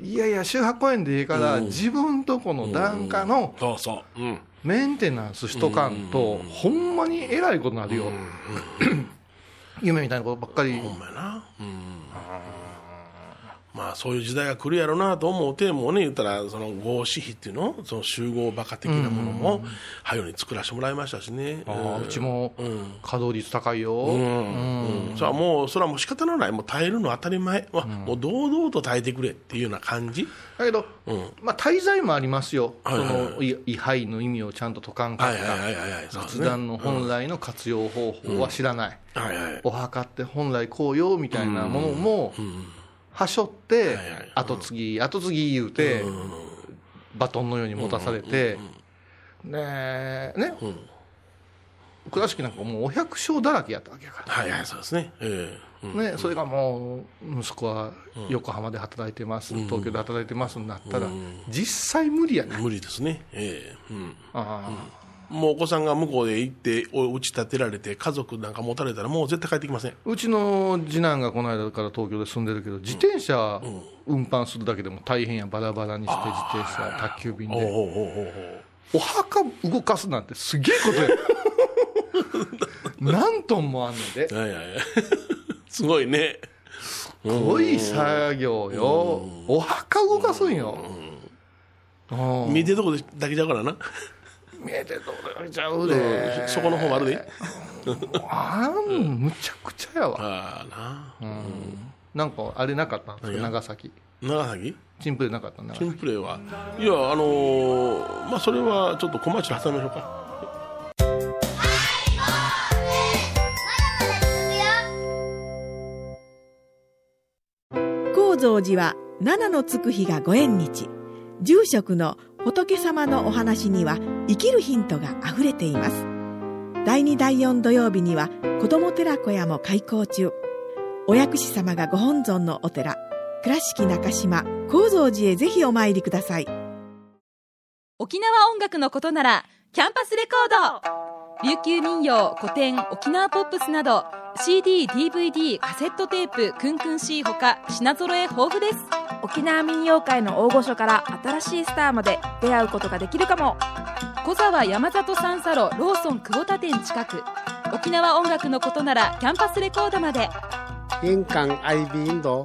S3: いやいや、宗派公園でいいから、自分とこの檀家の
S2: そうそう。うん。
S3: メンテナンスしとかんと、ほんまにえらいことになるよ、 夢みたいなことばっかり、
S2: ほんまやな。うん。まあそういう時代が来るやろうなと思うて、もうね、言ったら、その合祀費っていうの、その集合馬鹿的なものも、はよに作らせてもらいましたしね。
S3: あ
S2: うん
S3: ーうちも稼働率高いよ、
S2: うんそれはもう、それはもう仕方のない、もう耐えるの当たり前、わもう堂々と耐えてくれっていうような感じ、
S3: だけど、まあ、滞在もありますよ、
S2: はいはいはい
S3: そのい位牌の意味をちゃんと解かんか
S2: は
S3: っ
S2: い
S3: た、
S2: はいはいはいはい、そうです
S3: 仏
S2: ね、
S3: 壇の本来の活用方法は知らない、
S2: はいはい、
S3: お墓って本来こうよみたいなものも、はしょって
S2: はいはい、
S3: 後継ぎ、後継ぎ言うて、バトンのように持たされて、ねえ、ね、倉敷なんかもうお百姓だらけやったわけやから。
S2: はいはい、そうですね、ええうん
S3: ね、それがもう息子は横浜で働いてます、東京で働いてますになったら、実際無理やね
S2: 無理ですね、ええうん、
S3: あ
S2: もうお子さんが向こうで行って、お打ち立てられて、家族なんか持たれたら、もう絶対帰ってきません、
S3: ーうちの次男がこの間から東京で住んでるけど、自転車運搬するだけでも大変や、バラバラにして、自転車、宅急便
S2: おう
S3: で、
S2: おうおうおうおう
S3: お墓動かすなんてすげえことや、何トンもあんねんで、
S2: はいはいはい すごいね、
S3: すごい作業よ、お墓動かすんよ。うん
S2: 見てるとこだけじゃうからな、
S3: 見えてるとこでちゃうで、
S2: そこの方もあるで、
S3: あん、むちゃくちゃやわ、
S2: ああな、
S3: なんかあれなかったんですか、長崎、
S2: 長崎
S3: チンプレなかったんだ
S2: チンプレーは、いや、あのーまあ、それはちょっと小町で挟みましょうか。
S1: 高蔵寺は七のつく日がご縁日住職の仏様のお話には生きるヒントがあふれています第2第4土曜日には子ども寺小屋も開校中お薬師様がご本尊のお寺倉敷中島・高蔵寺へぜひお参りください
S4: 沖縄音楽のことならキャンパスレコード琉球民謡古典沖縄ポップスなど CDDVD カセットテープクンクン C ほか品揃え豊富です
S5: 沖縄民謡界の大御所から新しいスターまで出会うことができるかも
S4: 小沢山里三佐路ローソン久保田店近く沖縄音楽のことならキャンパスレコードまで
S6: 印港 IB 印度。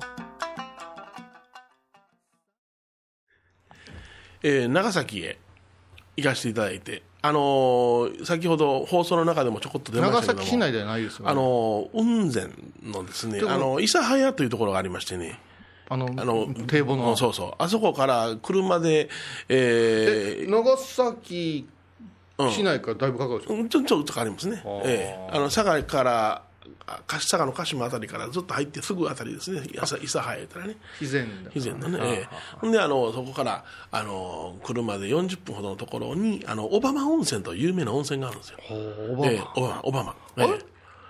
S2: えー長崎へ行かせていただいて、あのー先ほど放送の中でもちょこっと出ま
S3: 長
S2: したけども、
S3: 崎市内ではないですよ、ね、
S2: あのー雲仙のですね、
S3: でも
S2: あの諫早というところがありましてね、
S3: あの
S2: あの
S3: 堤防の
S2: うんそうそう、あそこから車で、えー
S3: 長崎
S2: うん
S3: 市内からだいぶかかるでしょ、
S2: うんちょちょっと変わりますね、
S3: ー
S2: ええあの佐賀から、あか佐賀の鹿島あたりからずっと入ってすぐあたりですね、いさ諫早からね。
S3: 肥前だから
S2: 以前のね、ええであのそこからあの車で40分ほどのところにあのオバマ温泉という有名な温泉があるんですよ、
S3: ほうおばあ
S2: ええオバマオバマえ
S3: れ
S2: え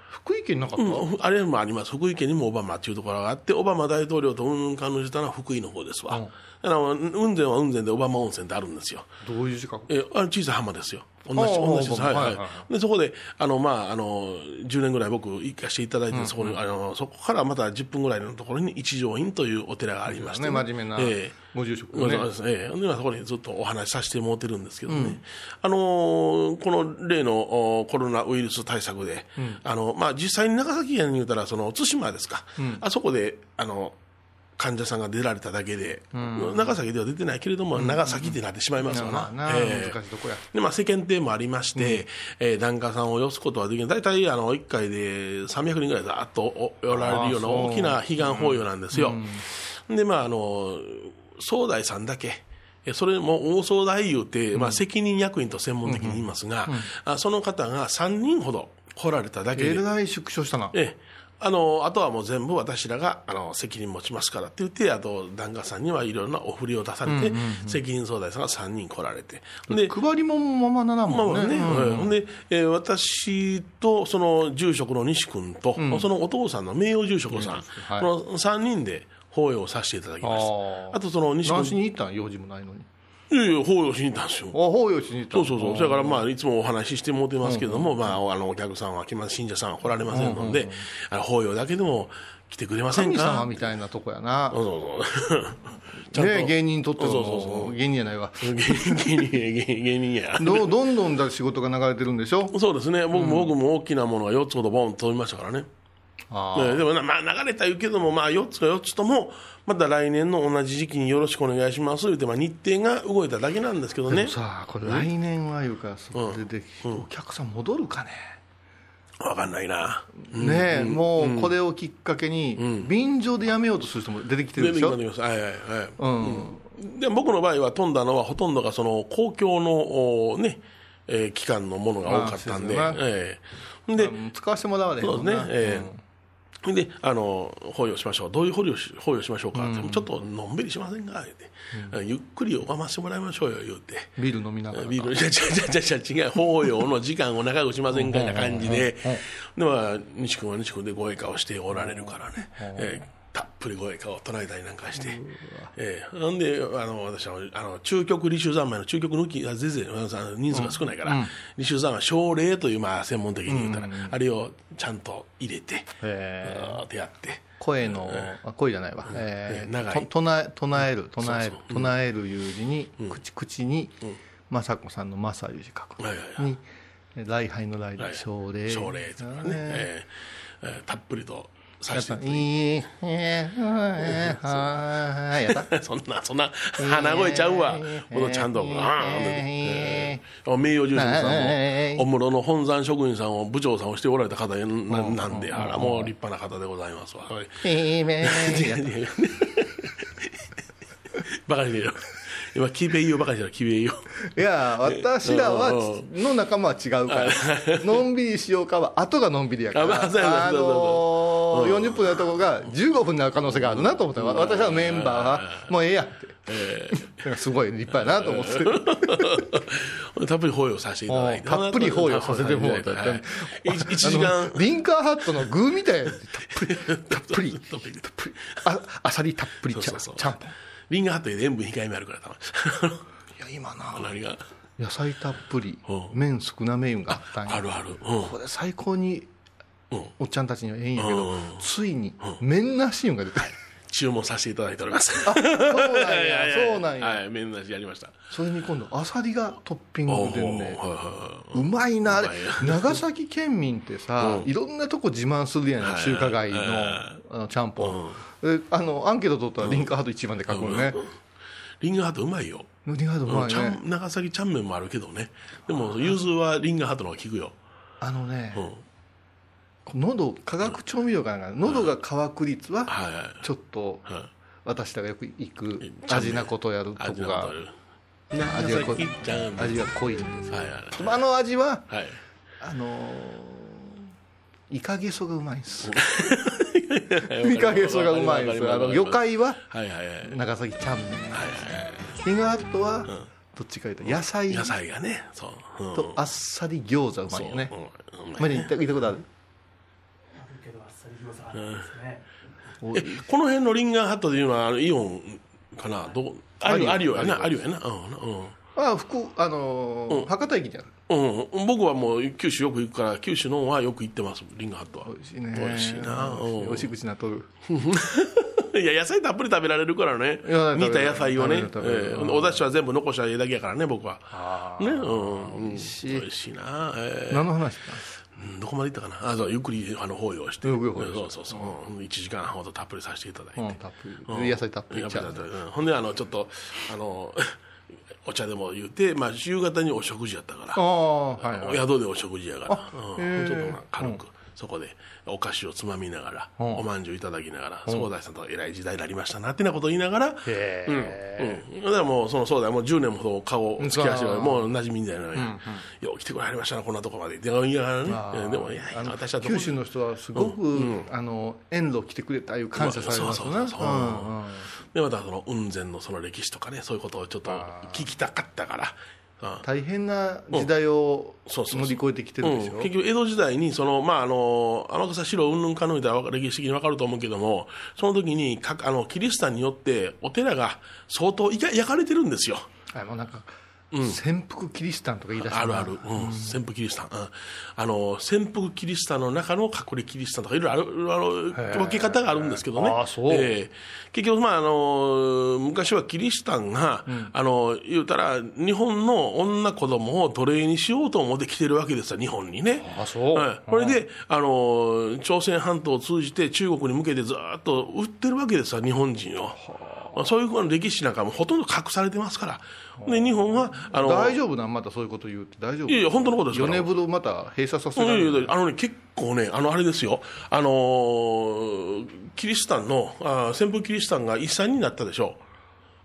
S3: 福井県なかった、
S2: うんあれもあります、福井県にもオバマっていうところがあって、オバマ大統領とうんうんかんぬじたのは福井の方ですわ、
S3: うん
S2: だから雲仙は雲仙でオバマ温泉ってあるんですよ、
S3: どういう時間
S2: ええあの小さい浜ですよ、同じ
S3: おうおう
S2: 同じですはい
S3: はいはい
S2: はいでそこであの、まあ、あの10年ぐらい僕行かせていただいて、そこにあのそこからまた10分ぐらいのところに一条院というお寺がありまして、
S3: ね、真面目な
S2: ええ
S3: ご住職
S2: ま
S3: を
S2: あ
S3: ね
S2: そうですねええ、でまあそこにずっとお話しさせてもらってるんですけどね、あのーこの例のおコロナウイルス対策で、あのまあ、実際に長崎県に言うたら、その対馬ですか、あそこであの患者さんが出られただけで、長崎では出てないけれども、長崎ってなってしまいますよ
S3: まあ
S2: な。
S3: な
S2: ええ
S3: 難しいとこや
S2: でまあ、世間体もありまして、えー檀家さんを寄すことはできない、大体あの1回で300人ぐらいざーっとおおられるような
S3: あーそう
S2: 大きな悲願法要なんですよ。で、まああの、総大さんだけ、えそれも大総大夫って、まあ、責任役員と専門的に言いますが、あその方が3人ほど来られただけ
S3: え
S2: で、
S3: らい縮小したな
S2: ええあのあとはもう全部私らがあの責任持ちますからって言って、あと檀家さんにはいろんなお振りを出されて、責任総大さんが3人来られて。で
S3: 配りもんままならん
S2: まあ
S3: も
S2: まあ
S3: んね
S2: ね、うんほんで、えー私とその住職の西君と、そのお父さんの名誉住職さん、
S3: はい
S2: この3人で法要させていただきました。
S3: あー
S2: あとその西
S3: 何し
S2: 君、
S3: に行ったん用事もないのに
S2: いやいや、法要しに行ったんですよ
S3: あ。法要しに行った
S2: そうそうそう、それから
S3: あ
S2: まあいつもお話ししてもうてますけれども、まあ、あのお客さんは来ま、信者さんは来られませんので、あの法要だけでも来てくれません
S3: 神
S2: か
S3: 様みたいなとこやな
S2: そうそうそう ちゃんと
S3: ね芸人にとって
S2: そうそうそ
S3: の芸人じゃないわ
S2: 芸人芸人芸人や。
S3: どうどんどんだ仕事が流れてるんでしょ
S2: そうですね、僕も,、僕も大きなものが4つほどボンと飛びましたからね。
S3: あ
S2: ね
S3: ー
S2: でもな、まあ、流れた言うけども、まあ、4つか4つとも、また来年の同じ時期によろしくお願いします言うて、まあ、日程が動いただけなんですけどね、
S3: さあこれ来年はいうかそれでお客さん戻るかね
S2: 分かんないな、
S3: ねえもうこれをきっかけに便乗でやめようとする人も出てきてる
S2: 全
S3: で
S2: 然
S3: し
S2: わか
S3: ょ
S2: ります、はいはいはい
S3: うん
S2: で僕の場合は飛んだのは、ほとんどがその公共のおね、えー機関のものが多かったんで、
S3: まあそう
S2: ええで
S3: うん使わせてもらわれへん
S2: そう
S3: も
S2: で
S3: ん
S2: すね
S3: な、
S2: ええであの法要しましょう、どういう法要し法要しましょうかって、ちょっとのんびりしませんか言うて、ゆっくり拝ませてもらいましょうよ、言うて。
S3: うんビール飲みながら
S2: ビール、じゃ じゃじゃじゃ違う、法要の時間を長くしませんかみたいな感じで、で、まあ、西君は西君でご栄華をしておられるからね、えーたっぷりご栄華を唱えたりなんかして、えーなんで、あの、私は、あの、中極履修三昧の中極抜き、あ全然、あの人数が少ないから、履修三昧、奨励という、まあ、専門的に言ったら、あれをちゃんと入れて、
S3: へー
S2: あーってやって、
S3: 声の、あ声じゃないわ、えー
S2: 長い
S3: と唱え唱える唱える
S2: そうそう
S3: 唱えるいう字に、口口に、雅子さんの正いう字書く、
S2: はいはいは
S3: に礼拝の礼
S2: はい
S3: で奨励
S2: 奨励とかね、えーえーたっぷりとさ
S3: やっ
S2: せ
S3: た
S2: て。
S3: いいえーえーはーいやっ た
S2: そんな、そんな、鼻声ちゃうわ。
S3: えー
S2: ほどちゃんと、
S3: え
S2: あ
S3: ー
S2: ー
S3: え
S2: あ名誉住職さん
S3: え
S2: も、
S3: ー
S2: お室の本山職員さんを部長さんをしておられた方ななんで、あら、もう立派な方でございますわ。はい
S3: いいね
S2: 違う違うバカにしてるよ。今、キベイよ、バカにしてる、キベイよ。
S3: いや私らは
S2: う
S3: の仲間は違 うからのんびりしようかは後がのんびりやか
S2: あまあそうや
S3: ら
S2: な
S3: あ
S2: そうそう
S3: の
S2: そう
S3: ー40分のとこが15分になる可能性があるなと思ったわ私らのメンバーはもうええやってだからすごい立派やなと思って
S2: たっぷり抱擁させていただいて。
S3: たっぷり抱擁させてもらった
S2: はいい 一時 間
S3: あの。リンカーハットの具みたいなたっぷりたっぷり
S2: たっぷり
S3: たっぷりああさりたっぷりちゃ
S2: そうそうそう
S3: ちゃんぽんい
S2: リンガーハットで塩分控えめあるから、たま
S3: や今 な
S2: に。何が
S3: 野菜たっぷり
S2: うん
S3: 麺少なめいうんがあったんや
S2: あるある。うん
S3: これ最高に
S2: うん
S3: おっちゃんたちにはええんやけ
S2: う
S3: ど
S2: ん
S3: ついに麺なしいうんが出てきた
S2: 注文させていただいております。
S3: そうなん
S2: いやい やいや
S3: やそうなんや
S2: はい、麺なしやりました。
S3: それに今度あさりがトッピングでね
S2: おーはいは
S3: うまいなあれ
S2: うまい
S3: 長崎県民ってさいろんなとこ自慢するやん中華街のあのちゃんぽんであのアンケート取ったらリンカーハート一番で書くのね
S2: いリンガーハットうまいよ。
S3: リンカーハートうまい
S2: ちゃ
S3: ね
S2: ん長崎ちゃん麺もあるけどね。でも、融通はリンガーハットの方が効くよ。
S3: あのね
S2: うん。はい
S3: 喉化学調味料かなんか喉が乾く率は
S2: はい
S3: ちょっと
S2: はい。
S3: 私らがよく行く味なことやるとこが
S2: 長
S3: 味が濃い
S2: 崎ちゃん麺。はい
S3: 味が濃いんですよ
S2: はい
S3: でもあの味は
S2: はい。
S3: あのーイカゲソがうまいんです
S2: はい。
S3: イカゲソがうまいんですあ
S2: わかり
S3: の
S2: ます
S3: 魚。介は
S2: はいはいはい。
S3: 長崎ちゃんめんリンガーハットはどっちかいうと野菜
S2: 野菜がね、そう。うん
S3: とあっさり餃子うまいよね
S2: うんうん
S3: 前に行った行ったことあるおい
S2: この辺のリンガーハットというのは、あのイオンかなどうあ
S3: アリ
S2: る
S3: オ
S2: あるよやな、
S3: ア
S2: あ
S3: リ
S2: る
S3: オ
S2: よやな。うんうん
S3: あ福あのー
S2: うん
S3: 博多駅じゃん
S2: うん、僕はもう九州よく行くから九州の方はよく行ってますリンガーハットは
S3: 美味しいね
S2: 美味しいなうん
S3: 美味しい口なっとる
S2: いや野菜たっぷり食べられるからね
S3: いや
S2: 煮た野菜をね、え
S3: 食べれる食べれ
S2: え
S3: る
S2: お出汁は全部残したらええだけやからね僕はねうん美味
S3: しい
S2: しいな、ええ
S3: 何の話か
S2: うんどこまで行ったかなあそうゆっくりあの抱擁して
S3: ゆっくり抱擁して
S2: そうそうそう、1時間ほどたっぷりさせていただいて、
S3: うんたっぷり野菜たっぷり
S2: や
S3: ちゃ
S2: ぱ
S3: う
S2: りだったうんほんであのちょっとあの お茶でも言って、まあ、夕方にお食事やったから
S3: ああはい
S2: お
S3: はい
S2: 宿でお食事やから、う
S3: へ
S2: ん、
S3: え
S2: ちょっとまあ軽く、そこでお菓子をつまみながら、
S3: うん
S2: おまんじゅういただきながら総大さんと偉い時代になりましたなってなことを言いながら、
S3: へ
S2: うんうん、だからもうその総大もう10年もほど顔つき足がもう馴染みみたいなのに、よう来てくれはりましたなこんなとこまでって言いながらね
S3: あ
S2: う
S3: ー
S2: んでもいや
S3: あの
S2: 私はどこ
S3: 九州の人はすごく、あの遠路来てくれたいう感謝されますね
S2: そうそうそうそう
S3: うんうん
S2: でまたその雲仙のその歴史とかねそういうことをちょっと聞きたかったから、うん
S3: 大変な時代を
S2: そうそうそう
S3: 乗り越えてきてるでしょ、
S2: うん、結局江戸時代にその、まあ、あの天草四郎うんぬんかんぬんみたいな歴史的に分かると思うけどもその時にかあのキリシタンによってお寺が相当いか焼かれてるんですよ
S3: あもうなんか、潜伏キリシタンとか言い出した
S2: ある
S3: な
S2: ある、うん潜伏キリシタン、うんあの潜伏キリシタンの中の隠れキリシタンとかいろいろあるあの分け方があるんですけどね
S3: あーそう
S2: ええ結局、まああの昔はキリシタンが、あの言うたら日本の女子供を奴隷にしようと思って来てるわけですよ日本にね。
S3: あそう
S2: はい、これで、あのー朝鮮半島を通じて中国に向けてずーっと売ってるわけですわ、日本人を。そういうふうな歴史なんかもほとんど隠されてますから。で、日本は、あのー
S3: 大丈夫なんまたそういうこと言うって大丈夫
S2: いやいや本当のことですから
S3: 米風呂また閉鎖させ
S2: うん
S3: られ
S2: い
S3: る、
S2: やいやあのね、結構ね、あの、あれですよ、あのーキリシタンの、あー旋風キリシタンが遺産になったでしょう。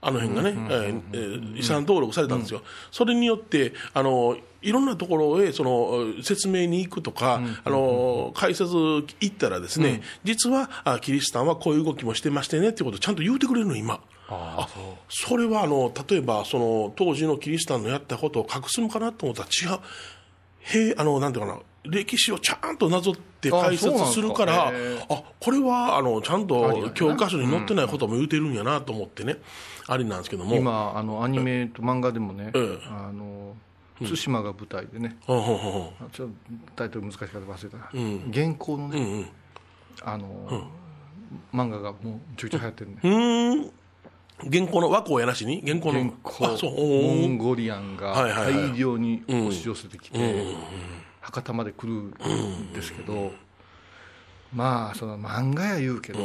S2: あの辺がね、えーえー遺産登録されたんですよ。それによって、あのーいろんなところへその説明に行くとか、あのー解説行ったらですね、実はあキリシタンはこういう動きもしてましてねっていうことをちゃんと言うてくれるの、今。あそれはあの例えばその当時のキリシタンのやったことを隠すのかなと思ったら違うへえあのなんていうかな歴史をちゃんとなぞって解説
S3: あそうなんですか
S2: するからあ
S3: へえ
S2: これはあのちゃん
S3: ありなん
S2: と
S3: や
S2: 教科書に載ってないことも言うてるんやなと思ってね、ありなんですけども
S3: 今あのアニメと漫画でもね、
S2: ええ
S3: あの対馬が舞台でね、
S2: うんうんうんうん
S3: ちょっとタイトル難しかった忘れたな、
S2: ん
S3: 原稿の
S2: う
S3: ね、
S2: んうん
S3: あの、漫画がもうめちょいちょい流行ってるね、
S2: うーん原稿の和光やなしに原稿の
S3: 原稿
S2: あそうお
S3: モ
S2: ー
S3: ンゴリアンが
S2: はいはいはい
S3: 大量に押し寄せてきて、博多まで来るんですけど、まあその漫画や言うけど、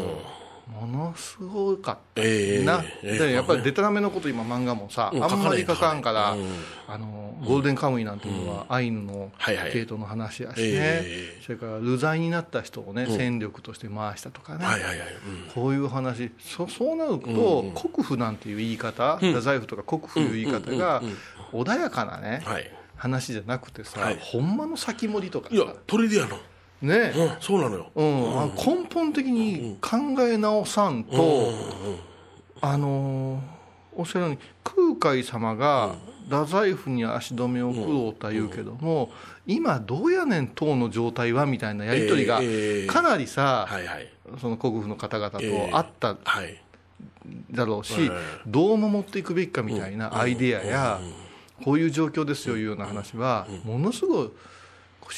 S3: ものすごかった
S2: ええ
S3: な、
S2: ええ
S3: でやっぱりデタラメのこと今漫画もさ、
S2: うん
S3: あんまり
S2: 書
S3: 書
S2: か
S3: か
S2: ない
S3: んから、
S2: うん
S3: あのゴールデンカムイなんていうのは、アイヌの
S2: はいはい
S3: 系統の話やしね、
S2: え
S3: それから流罪になった人をね、戦力として回したとかね、
S2: はいはいはい、うん
S3: こういう話そそうなると、国府なんていう言い方、太宰府とか国府いう言い方が穏やかなね、
S2: はい
S3: 話じゃなくてさ、
S2: はい
S3: ほんまの先盛りとか
S2: いや
S3: さ
S2: トレディアの、
S3: ね、
S2: うん、そうなのよ、
S3: うんあ根本的に考え直さんと、あのーおっしゃるように空海様が太宰府に足止めを苦労とは言うけども、今どうやねん党の状態はみたいなやり取りが
S2: えーえー
S3: かなりさ、
S2: はいはい
S3: その国府の方々と
S2: えー
S3: あった
S2: はい
S3: だろうし、
S2: え
S3: どう守っていくべきかみたいなアイデアや、こういう状況ですよいうような話は、ものすごい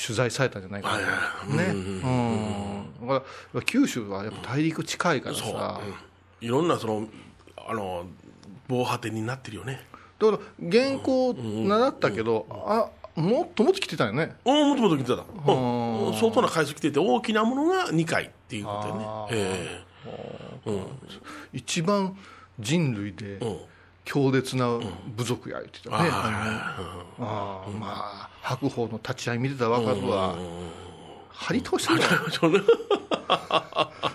S3: 取材されたんじゃないか
S2: はいはい
S3: な、ねうん、だから九州はやっぱ大陸近いから
S2: そう
S3: さ、
S2: いろんなそのあの防波堤になってるよね
S3: だから原稿習ったけど、あもっともっと来てたよね。
S2: うん、もっともっと来てた。
S3: ー
S2: うん、相当な回数来てて、大きなものが2回っていうことよね
S3: あー。
S2: え
S3: 一番人類で
S2: えうん。
S3: 強烈な部族や言ってたね、
S2: あ
S3: あーまあ白鵬の立ち合い見てたら分かるわ、張り倒してるわ
S2: あ、そ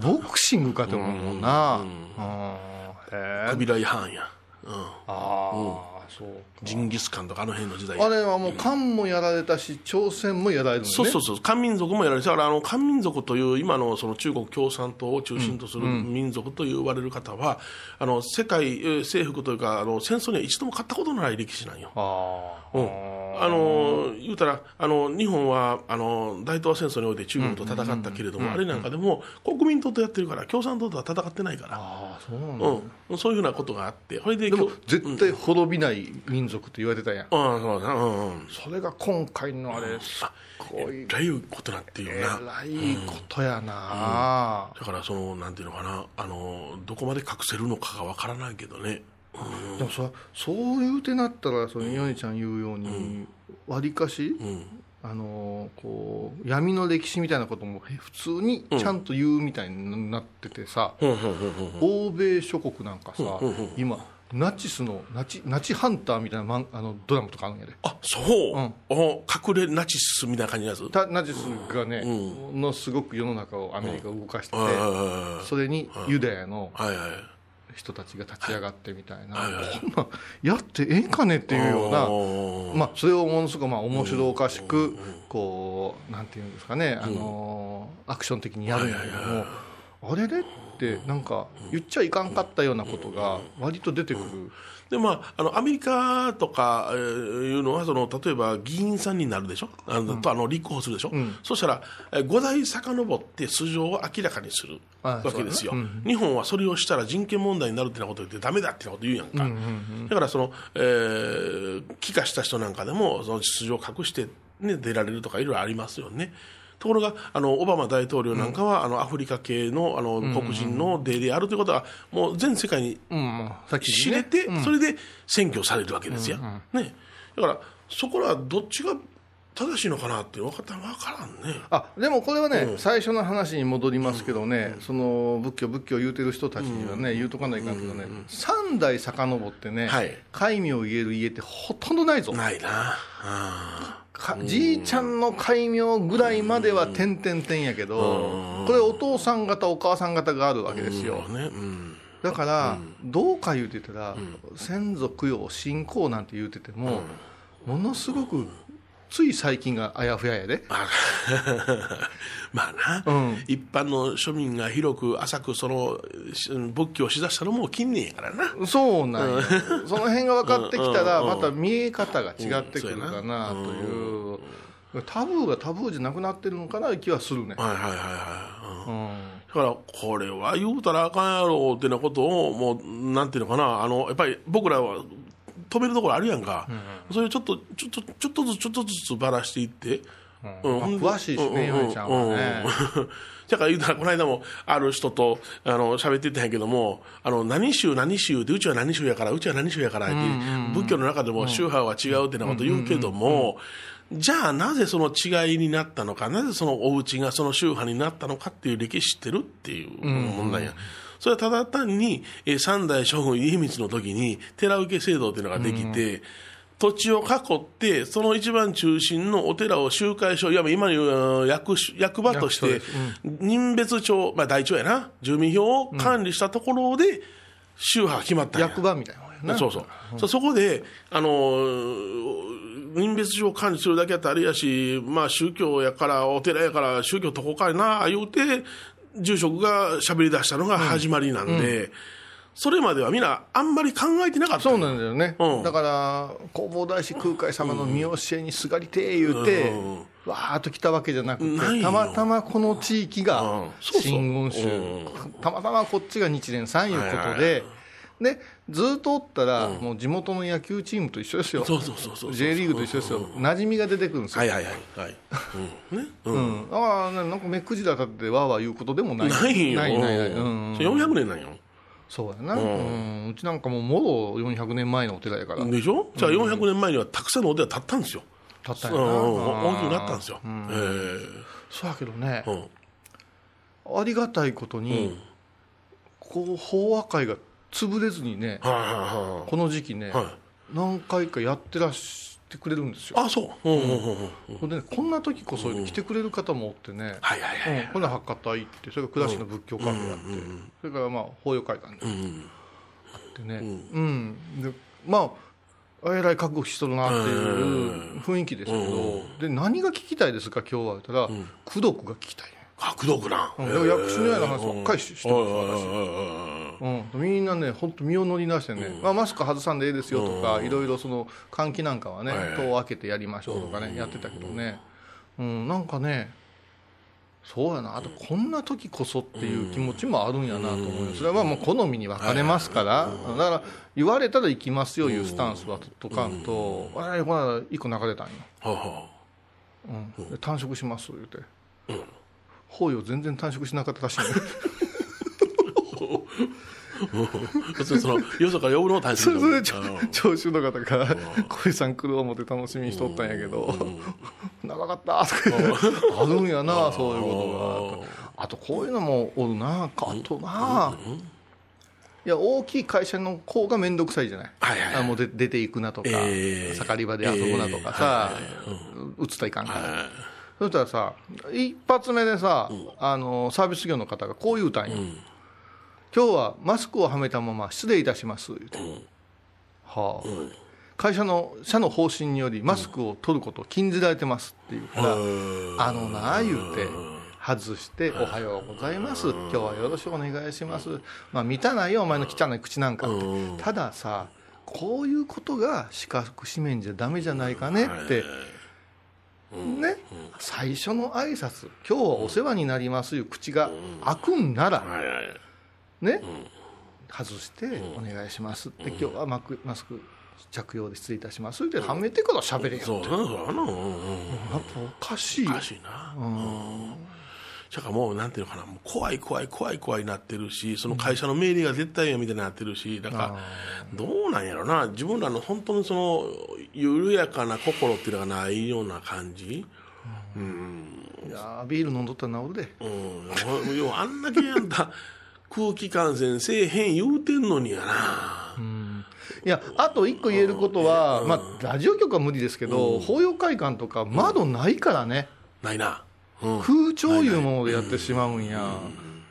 S2: れ
S3: ボクシングかと思うもんな。うんへえ
S2: クビライ・ハーンや。うん。
S3: ああ、そう。
S2: ジンギスカンとかあの辺の時代。
S3: あれはもう漢もやられたし、朝鮮もやられるのね。
S2: そうそうそう、漢民族もやられて、だからあの漢民族という、今のその中国共産党を中心とする民族と言われる方は、あの世界えー征服というかあの、戦争には一度も勝ったことのない歴史なんよ。
S3: ああ。
S2: うん、あの言うたらあの、日本はあの大東亜戦争において中国と戦ったけれども、あれなんかでも、国民党とやってるから、共産党とは戦ってないから、
S3: ああ、そうなんだ。
S2: うん、そういうふうなことがあって、それで
S3: でも
S2: きょ
S3: 絶対滅びないい民族と言われてたやん
S2: うん、そうだな。うんうん。
S3: それが今回のあれすごい
S2: えらいことなってい
S3: え
S2: うな。
S3: らいことやな、
S2: だから、その、なんていうのかな、あの、どこまで隠せるのかがわからないけどね。
S3: でもそそういうてなったらそのヨネちゃん言うようにわり、かし、
S2: うん。
S3: あのーこう闇の歴史みたいなこともへ普通にちゃんと言うみたいになっててさ、
S2: うん、うん、うん、
S3: 欧米諸国なんかさ、今ナチスのナチナチハンターみたいなマンあのドラマとかあるんやで
S2: あ、そう、
S3: うん
S2: お隠れナチスみたいな感じのやつ
S3: たナチスがね、ものすごく世の中をアメリカが動かしてて、
S2: は
S3: それにユダヤの
S2: いはい。
S3: 人たちが立ち上がってみたいな、
S2: はいはい
S3: こんなんやってええんかねっていうような、
S2: おー
S3: まあ、それをものすごくまあ面白おかしくこうなんていうんですかね、あのーアクション的にやるんだけども、あれでってなんか言っちゃいかんかったようなことが割と出てくる、
S2: でまあ、あのアメリカとかえーいうのはその、例えば議員さんになるでしょ、あのとあの立候補するでしょ、そしたら、えー5代遡って素性を明らかにする
S3: あ
S2: わ
S3: あ
S2: けですよ、日本はそれをしたら人権問題になるってなこと言って、だめだってなこと言うやんか、だからその、えー帰化した人なんかでも、その素性を隠して、ね、出られるとか、いろいろありますよね。ところがあのオバマ大統領なんかは、あのアフリカ系のあの黒人の出であるということは、もう全世界に
S3: うんまあさっきね
S2: 知れて、それで選挙されるわけですよ、ね、だからそこらはどっちが正しいのかなって分かった分からんね
S3: あでもこれはね、最初の話に戻りますけどね、その仏教、仏教言うてる人たちにはね、言うとかないかんけどね、三代遡ってね、
S2: はい
S3: 戒名を言える家ってほとんどないぞ、
S2: ないなあ
S3: かじいちゃんの戒名ぐらいまでは点々点やけど、これ、お父さん方、お母さん方があるわけですよ
S2: ー、ねうん
S3: だから、どうか言うてたら、先祖供養、信仰なんて言うてても、ものすごくつい最近があやふややで。
S2: あまあな、
S3: うん
S2: 一般の庶民が広く浅くそのし仏教をしだしたのも近年やからな
S3: そうなんやその辺が分かってきたらまた見え方が違ってくるかなというタブーがタブーじゃなくなってるのかな気はするね、
S2: はいはいはいはい、うん
S3: うん
S2: だから、これは言うたらあかんやろうってなことを、もう、なんていうのかな、あの、やっぱり僕らは、止めるところあるやんか。それをちょっと、ちょっと、ちょっとずつ、ちょっとずつばらしていって。うん
S3: まあ詳しいしねヨネちゃんはね。
S2: うううだから言うたら、この間も、ある人と、あの、喋ってたんやけども、あの、何州何州で、うちは何州やから、うちは何州やからって、仏教の中でも宗派は違うってなこと言うけども、じゃあなぜその違いになったのか、なぜそのお家がその宗派になったのかっていう歴史知ってるっていう問題や。それはただ単に、えー三代将軍家光の時に寺受け制度っていうのができて、土地を囲って、その一番中心のお寺を集会所、いわば今の言うあの役所役場とし
S3: 役
S2: て、人別町、まあ、大町やな、住民票を管理したところで、宗派が決まったんや
S3: 役場みたいなもんやな
S2: そうそう、そそこで、あのー人別上管理するだけやったらあれやし、まあ、宗教やから、お寺やから、宗教とこかいな、言うて、住職が喋り出したのが始まりなんで、それまではみんな、あんまり考えてなかった
S3: そうなんだよね、
S2: うん
S3: だから弘法大師空海様の見教えにすがりてー言うて、
S2: うん
S3: わーっと来たわけじゃなくて
S2: ないよ
S3: たまたまこの地域
S2: うん
S3: が
S2: そうそう
S3: 真言宗、たまたまこっちが日蓮さんいうことで、でずっとおったら、もう地元の野球チームと一緒ですよ
S2: そうそうそうそう。
S3: J リーグと一緒ですよ、馴染みが出てくるんですよ、
S2: はいはいはい。 はい。うん。ね。う。
S3: うんん、ああ、なんか目くじら立ってわーわー言うことでもない、
S2: ないよ。
S3: ないないないうん、
S2: それ400年なんよ。
S3: そうやな、うんうちなんかもう、もろ400年前のお寺やから、
S2: でしょじゃあ400年前にはたくさんのお寺建ったんですよ。
S3: たった
S2: うんん。
S3: やな、
S2: 大きくなったんですよ。え
S3: そうやけどね
S2: え。う、ん。
S3: ありがたいことに、こう法話会が潰れずにね、
S2: はいは
S3: この時期ね、
S2: いはい。はい。
S3: 何回かやってらっしゃってくれるんですよ。
S2: あ、そう。うんうんうんうん。
S3: ほんでね、こんな時こそ来てくれる方もおってね、
S2: はいはいはい。
S3: これは博多行って、それから倉敷の仏教カフェがあって、それからまあ法要会館で
S2: うん。
S3: ってね、うん、でまあ、えらい覚悟しとるなっていう雰囲気ですけど、で何が聞きたいですか、今日は言ったら、功徳が聞きたいね。
S2: 角度くなん。
S3: うん、薬師のような話ばっかりししてます
S2: はいはい
S3: 私
S2: はいはい。
S3: うん、みんなね、本当、身を乗り出してね、まあ、マスク外さんでいいですよとか、いろいろその換気なんかはね、
S2: はい
S3: 戸を開けてやりましょうとかね、やってたけどね、うん、なんかね、そうやなあとこんな時こそっていう気持ちもあるんやなと思うよそれはもう好みに分かれますからだから言われたら行きますよいうスタンスはとっとかんと我々この間一個流れたんよ
S2: はあは
S3: うんで短縮します言うて包容全然短縮しなかったらしいね
S2: あ別にそのよそから呼ぶのを大切
S3: それ
S2: に
S3: それ
S2: し
S3: ち
S2: ろ
S3: ょ
S2: うん
S3: 聴衆の方が「小井さん来る思って楽しみにしとったんやけど長かった」とか言ってあるんやなそういうことがあとこういうのもおるなあとないや大きい会社の子が面倒くさいじゃない
S2: はいはいはい
S3: あもうで出ていくなとか
S2: ええ
S3: 盛り場で遊ぶなとかさ打つといかんからそしたらさ一発目でさあのサービス業の方がこう言うたんよ今日はマスクをはめたまま失礼いたします言うて、はあ会社の社の方針によりマスクを取ることを禁じられてますっていうから、あのなあ言うて外して「おはようございます今日はよろしくお願いします」まあ見たないよお前の汚い口なんかってたださこういうことが四角紙面じゃダメじゃないかねってね最初の挨拶今日はお世話になります」いう口が開くんなら
S2: はいはい
S3: ね、外してお願いしますって、今日はマクマスク着用で失礼いたしますってはめてから喋れよ、
S2: そうだなそうだなうんうん
S3: やっぱおかしい
S2: お
S3: よ
S2: かしいなしかもうなんていうのかなもう怖い怖い怖い怖いなってるしその会社の命令が絶対やみたいになってるしだからどうなんやろな自分らの本当にその緩やかな心っていうのがないような感じ
S3: いやービール飲んどったら治るで
S2: うん要はあんだけやん た空気感染せえへん言うてんのにやない
S3: やあと一個言えることは、まあ、ラジオ局は無理ですけど、法要会館とか窓ないからね、
S2: ないなうん
S3: 空調いうものでやってしまうんや、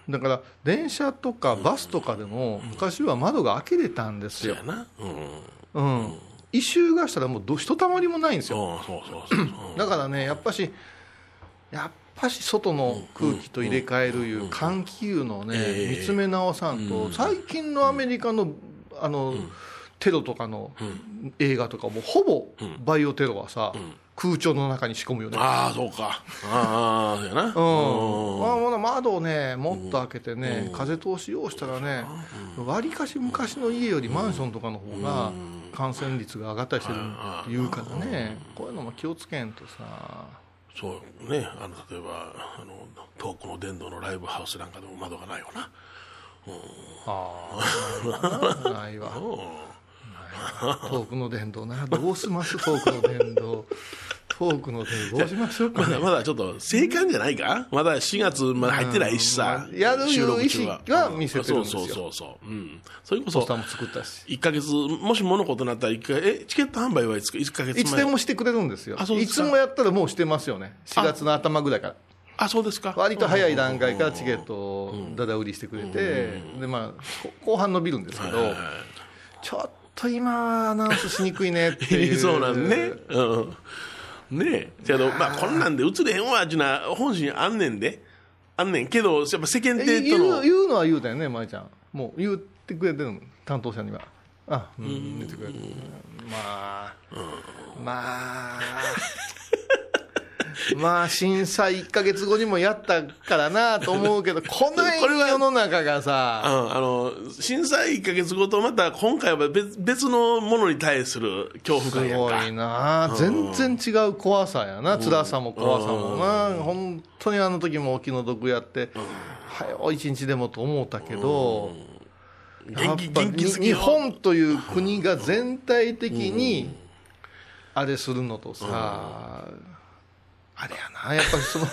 S3: だから電車とかバスとかでも昔は窓が開けれたんで
S2: そ
S3: す
S2: う
S3: よ
S2: や、なうん
S3: うん、異臭がしたらもうどひとたまりもないんですよ
S2: そうそうそうそう
S3: だからね、やっぱし、やっぱし外の空気と入れ替えるいう換気いうのをね、
S2: ええ
S3: 見つめ直さんと、最近のアメリカのあの、テロとかの映画とかも、ほぼバイオテロはさ、空調の中に仕込むよね。
S2: ああそうかああそうやな
S3: うん、まあほな窓をね、もっと開けてね、風通しようしたらね、わりかし昔の家よりマンションとかの方が感染率が上がったりしてるっていうからね、こういうのも気をつけんとさ。
S2: そうねあの例えばあの遠くの電動のライブハウスなんかでも窓がないよな
S3: ああ、ないわ。遠くの電動な、どうします、遠くの電動。遠くの電動、どうしましょう
S2: ま
S3: か、ね
S2: だ。まだちょっと生還じゃないかまだ4月まで入ってないしさ、
S3: うんやるいう
S2: 収録中
S3: 意思は見せてるんですよ
S2: そうそうそうそう、うん、それこ
S3: ポス
S2: そ
S3: ターも作ったし。
S2: 1か月もし物事になったら1回えチケット販売はいつか1か月前
S3: いつでもしてくれるんですよ
S2: あそう。で
S3: い
S2: す
S3: つ
S2: か
S3: もやったらもうしてますよね。4月の頭ぐらいから。
S2: あそうですか
S3: 割と早い段階からチケットをだだ売りしてくれて、で、まあ、こ後半伸びるんですけど、ちょっと今はアナウンスしにくいねって いう。
S2: そうなんね。うん。ねえ。けど、まあ、こんなんで映れへんわ、ちゅうな、本心あんねんで。あんねんけど、やっぱ世間
S3: え
S2: 体と
S3: 言
S2: の
S3: う。言うのは言うたよね、舞ちゃん、もう言ってくれてるの、担当者には。あうん、言ってくれてるまあ、まあ、まあ、震災1か月後にもやったからなと思うけど、こない世の中が
S2: う
S3: さ、
S2: ん、あの震災1か月後とまた今回は別別のものに対する恐怖
S3: す
S2: 感やん
S3: ご
S2: か
S3: いな、全然違う怖さやな、辛さも怖さもな、本当にあの時もお気の毒やって、早い一日でもと思ったけど。や
S2: 元
S3: っ
S2: 気
S3: ぱ
S2: 元気
S3: に
S2: すぎ
S3: 日
S2: よ
S3: 本という国が全体的にあれするのとさ、あれやなやっぱ りその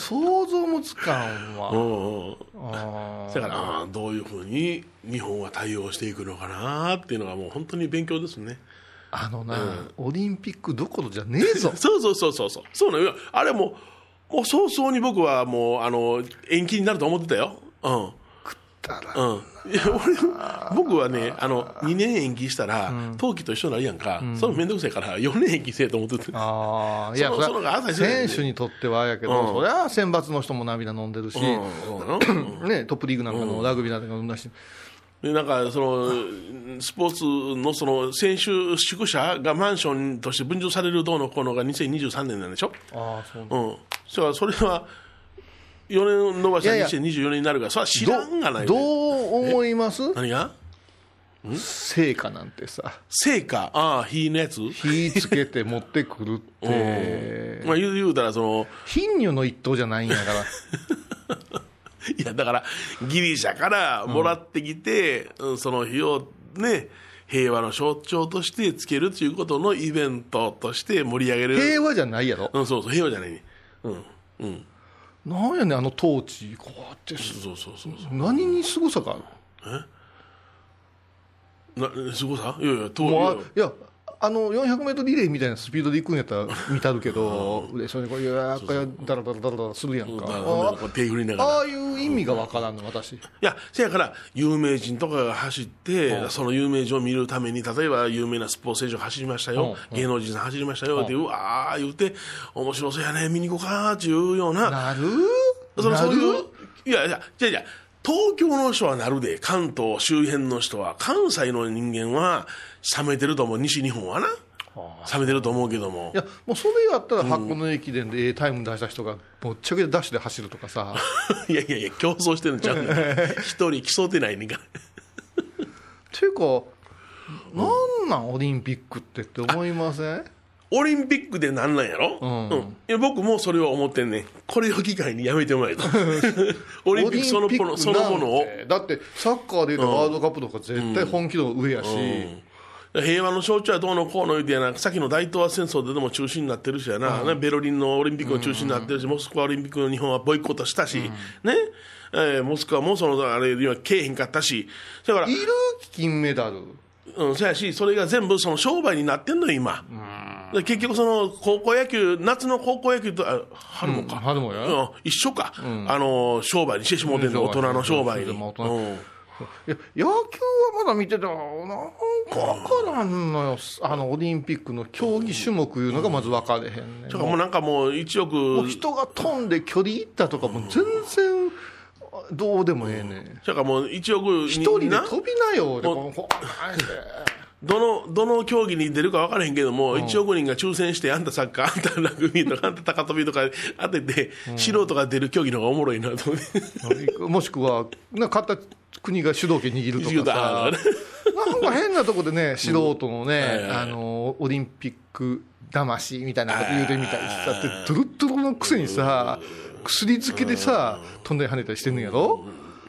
S3: 想像もつかん
S2: う
S3: わ、
S2: んうん
S3: あ
S2: だ
S3: ー
S2: からあーどういうふうに日本は対応していくのかなっていうのがもう本当に勉強ですね
S3: あのな、オリンピックどころじゃねえぞ
S2: そうそうそうそうそうそうなのよあれももう早々に僕はもうあの延期になると思ってたようん
S3: だら
S2: うん、いや俺僕はねあの2年延期したら冬季と一緒になるやんか、それ面倒くさいから4年延期せえと思ってて
S3: あーいや
S2: そ
S3: そ
S2: の
S3: りゃ
S2: そのが朝一緒なんで
S3: 選手にとってはやけど、
S2: うん
S3: そりゃ選抜の人も涙飲んでるし、
S2: うんうん
S3: ね、トップリーグなんかのラグビーなんか飲んだし、
S2: でなんかそのスポーツのその選手宿舎がマンションとして分譲されるどうのこうのが2023年なんでしょ、
S3: ああそうなんだ
S2: うん、そらそれは4年伸ばした
S3: い
S2: ら
S3: やいや
S2: 2024年になるから、それは知らんがない
S3: ど
S2: ね
S3: う思います
S2: 何が
S3: 成果なんてさ
S2: 成果、ああ、火のやつ、
S3: 火つけて持ってくるって
S2: まあ、言う言うたらその、
S3: 貧乳の一頭じゃないんや から
S2: いや、だから、ギリシャからもらってきて、うんその日をね、平和の象徴としてつけるということのイベントとして盛り上げる。
S3: 平和じゃないやろ
S2: うん、そうそう、平和じゃないね。うん、うん、
S3: なんやねんあの統治こうやってす
S2: そうそうそうそ
S3: 何にすごさがある
S2: う。な、すごさいやいや、と
S3: もうあいやあの 400m リレーみたいなスピードで行くんやったら見たるけど嬉しそうにこういうやっぱりダラダラダラダラするやんか
S2: だからこんなのこう手振りなが
S3: ああ
S2: ら。
S3: あいう意味がわからんの私
S2: いや、せやから、有名人とかが走って、その有名人を見るために、例えば有名なスポーツ選手が走りましたよ、芸能人さん走りましたよって、うわー言うて、面白そうやね、見に行こうかーっていうような、
S3: なる
S2: その
S3: な
S2: そう
S3: る
S2: いう、いやいや、じゃじゃ東京の人はなるで、関東周辺の人は、関西の人間は冷めてると思う、西日本はな。冷めてると思うけども
S3: い。やもうそれやったら箱根駅伝でええタイム出した人がもっちゃけダッシュで走ると かさ
S2: いやいやいや、競争してるんちゃうね ん一人競ってないねんから。
S3: ていうかなんなんオリンピックってって思いません
S2: オリンピックでなんなんやろ、
S3: ん
S2: いや僕もそれは思ってんねん。これを機会にやめてもらえ と。 オリンピックそのものそのものを
S3: オリンピックなん。てだってサッカーでいうとワールドカップとか絶対本気度上やし、
S2: 平和の象徴はどうのこうの言うてやな、さっきの大東亜戦争ででも中止になってるしやな、ねベルリンのオリンピックの中止になってるし、モスクワオリンピックの日本はボイコットしたし、ね、えーモスクワもその、あれにはけえへんかったし、だから
S3: い、る金メダル
S2: うん、そやし、それが全部その商売になってんのよ、今。で結局その高校野球、夏の高校野球と、あ春もか、
S3: うん春もや
S2: うん一緒か、あのー商売にしてしもうてんの、
S3: うん
S2: 大人の商売に。
S3: そううんそうそういや野球はまだ見てたなんか分からんのよ、あのオリンピックの競技種目いうのがまず分かれへんね、
S2: だからもうなんかもう1億、
S3: もう人が飛んで距離いったとかも全然どうでもええね、ん
S2: だからもう1億
S3: 一
S2: 人
S3: 人で
S2: な
S3: 飛びなよ俺
S2: もう
S3: このこなんで
S2: どの、どの競技に出るか分からへんけども、1億人が抽選して、あんたサッカー、あんたラグビーとか、あんた高跳びとか当てて、素人が出る競技の方がおもろいなと思って。
S3: もしくは、な勝った国が主導権握るとか
S2: 握
S3: さ、
S2: る
S3: なんか変なとこでね、素人のね、
S2: うん
S3: あのオリンピック魂みたいなこと言うてみたりさ、ってドゥルッドゥルのくせにさ、薬漬けでさ、飛んだり跳ねたりしてんのやろ、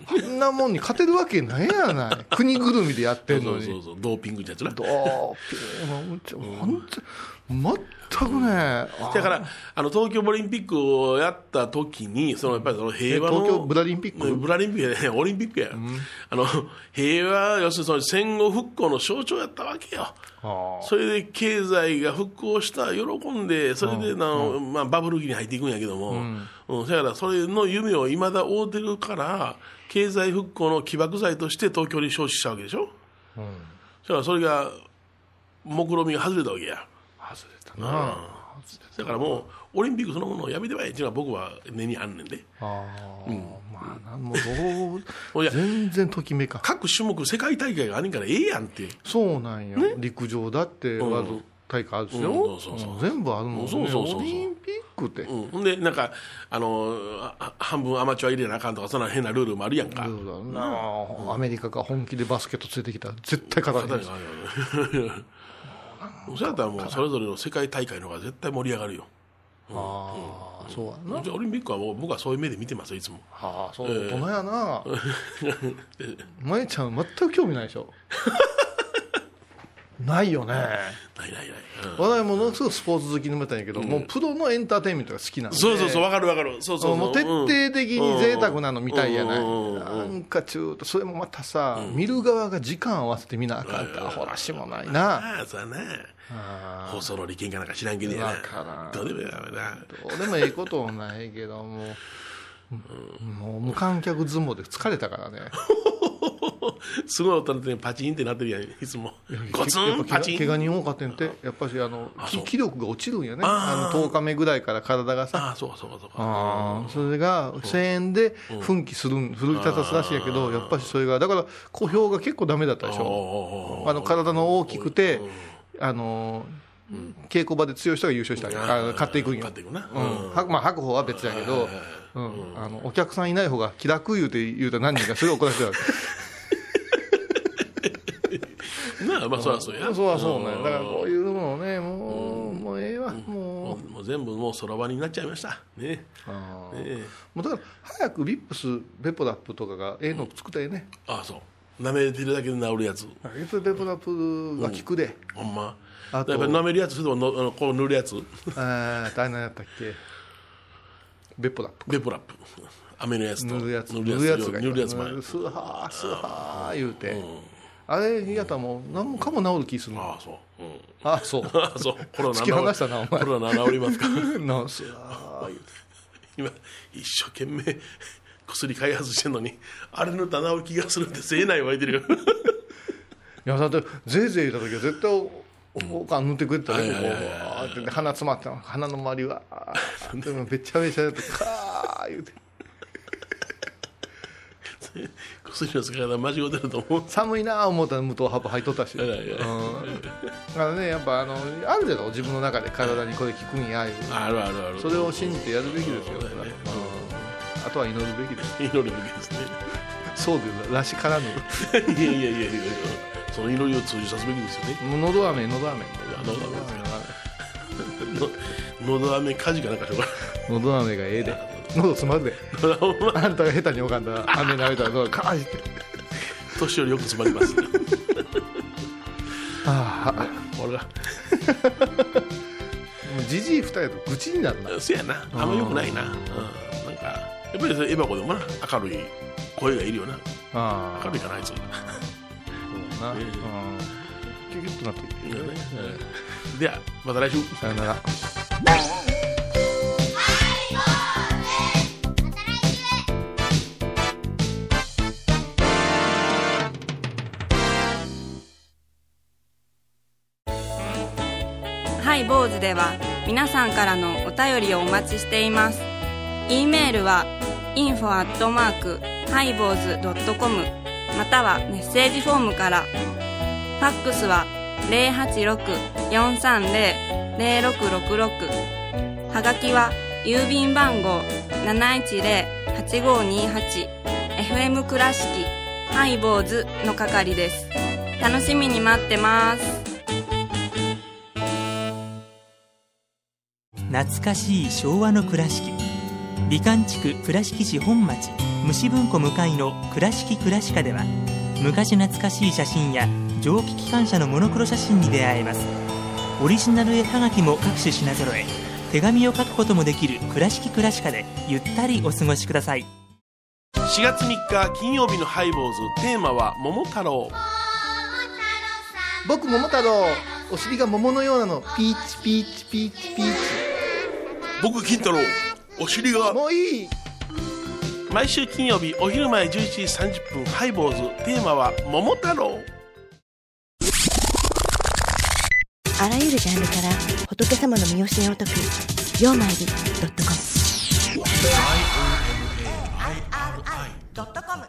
S3: あんなもんに勝てるわけないやない、 国ぐるみでやってん
S2: そ
S3: の
S2: うそう
S3: に。
S2: そう、ドーピングってやつな。
S3: どうピューもう本当に全くね、
S2: だからあの東京オリンピックをやった時にそのやっぱりその平和の
S3: え東京ブラリンピック
S2: ブラリンピックやね オリンピックや、あの平和要するにその戦後復興の象徴やったわけよ
S3: あ
S2: それで経済が復興した喜んでそれでな、まあ、バブル期に入っていくんやけども、うんだからそれの夢をいまだ追うてるから経済復興の起爆剤として東京に招致したわけでしょ、だからそれが目論見みが外れたわけや
S3: あ外れたな。
S2: だからもう、オリンピックそのものをやめてまえっていうのは僕は根にあんねんで。
S3: ああ、まあなんもう ど
S2: いうや
S3: 全然ときめかん
S2: 各種目世界大会があんねんからええやんって。
S3: そうなんや、陸上だってワールド大会あるでしょ、
S2: うんそうそうそう
S3: も全部あるのね
S2: そうそうそうそう
S3: オリンピックって、
S2: うん。ほんで、なんか、あのーあ半分アマチュア入れなあかんとか、そんな変なルールもあるやんか。
S3: そうだなアメリカが本気でバスケット連れてきたら絶対勝た
S2: そう
S3: ない
S2: やったらもう、 それぞれの世界大会の方が絶対盛り上がるよ。
S3: ああそうやな
S2: じゃあオリンピックはもう僕はそういう目で見てますよ、いつも。
S3: ああそう大人やなまえちゃん全く興味ない でしょないよね
S2: ないないない。うん
S3: 我々ものすごくスポーツ好きのみたいやけど、もうプロのエンターテインメントが好きなんで
S2: そうそうそう、わかるわかる。そうそうそう。
S3: もう徹底的に贅沢なのみたいやない、
S2: うん
S3: なんか中途それもまたさ、見る側が時間合わせて見なあかんって、アホらしもないな、
S2: ああ、そうやな。放送の利権かなんか知らんけどや
S3: わから
S2: な。
S3: ん
S2: どうでもやな。
S3: どうでもええこともないけども、もう無観客相撲で疲れたからね、
S2: すごい音立ててパチンってなってるやん、いつも。ゴツ
S3: やっ
S2: ン、パ
S3: ぱ
S2: チ
S3: 怪我怪
S2: ン。
S3: 我人多かったんて、やっぱしあの
S2: そう
S3: 気気力が落ちるんやね、
S2: あ
S3: あ
S2: ー
S3: の10日目ぐらいから体がさ。
S2: ああ、そうかそうかそうか。
S3: あーそれが声援で奮起するん、奮い立たすらしいやけど、やっぱりそれが、だから、小評が結構ダメだったでしょ、
S2: おうおうおう
S3: あの体の大きくて、あのー稽古場で強い人が優勝したり、あの買っていくんよ
S2: 買っていくな。
S3: うんはまあ、白鵬は別やけど、うんあのお客さんいない方が気楽言うて言うたら何人かすごい怒られてた
S2: なあ、まあ、そりゃそうや。
S3: そうはそうねだからこういうのをねもうもうええわも
S2: もうもう全部もう空場になっちゃいました。ね。
S3: うあー
S2: ねえ
S3: もうだから早くビップスベポダップとかがええの作ったらええね、
S2: ああ、そう。舐めてるだけで治るやつ。
S3: ビップスベポダップが効くで、
S2: ほんま。や
S3: あ
S2: っ
S3: と
S2: ぱり舐めるやつ、それとものあのこう塗るやつ。
S3: あー誰なんやったっけベポダップ
S2: ベポラップ。雨のやつと。
S3: 塗るやつ
S2: 塗るやつ。塗
S3: 塗る
S2: る
S3: や
S2: や
S3: つ
S2: つ
S3: が
S2: 前。
S3: スハースハー言うて、あれやったらもう何もかも治る気するの
S2: ああ、そう。うん。
S3: あ そう
S2: ああ、そう。コロナ
S3: 突き放したなお前
S2: コロナ治りますか。
S3: なすあー
S2: 今、一生懸命薬開発してんのに、あれのた治る気がするってせえない湧いてるよ。
S3: いやだってぜいぜい言った時は絶対おおおかん塗ってくれてたね、こ
S2: は
S3: こ
S2: いうはいはい
S3: わーってで鼻詰まって鼻の周 りはでもべちゃべちゃだってカー言うて
S2: 薬の使い方間違ってると思う。
S3: 寒いなー思ったら無糖ハブ入っとったし、
S2: 偉い偉い
S3: うんだからねやっぱあのあるじゃろ自分の中で体にこれ効くんやいう
S2: あるあるある。
S3: それを信じてやるべきですよ、
S2: そうだね
S3: あとは祈るべきです
S2: 祈るべきですね。
S3: そうでらしからぬ
S2: いやいやいやいやいやその祈りを通じさすべきですよね。
S3: もうのど飴のど飴
S2: のど飴ですのど飴火事かなんかしようか
S3: のど飴がええで喉詰まるで
S2: な。ほんま
S3: あんたが下手におかんだら飴舐めたらどうかーって
S2: 年寄りよく詰まります。
S3: ああ
S2: 俺が。
S3: もうじじい二人だと愚痴になるな
S2: せやな。あんま良くないな。うん。なんか、やっぱりそれエバコでもな、明るい声がいるよな。
S3: あ
S2: 明るいかな、あいつ。い
S3: そうだな、うん、キュキュッとなって
S2: いよね。うんでは、また来週。
S3: さよなら
S7: ハイボーズでは皆さんからのお便りをお待ちしています。e メールは info アットマークハイボーズドットコムまたはメッセージフォームから。ファックスは086-430-0666はがきは郵便番号710-8528 FM 倉敷ハイボーズの係です。楽しみに待ってます。
S8: 懐かしい昭和の倉敷美観地区倉敷市本町虫文庫向かいの「倉敷倉歯科」では昔懐かしい写真や蒸気機関車のモノクロ写真に出会えますオリジナル絵はがきも各種品揃え手紙を書くこともできる「倉敷倉歯科」でゆったりお過ごしください
S2: 4月3日金曜日のハイボーズテーマは桃太郎
S3: 僕桃太郎お尻が桃のようなのピーチピーチピーチピーチ
S2: 僕金太郎お尻が
S3: もういい
S2: 毎週金曜日お昼前11時30分ハイボーズテーマは桃太郎
S9: あらゆるジャンルから仏様の身教えを解く「曜マイルドットコム」
S7: ドットコム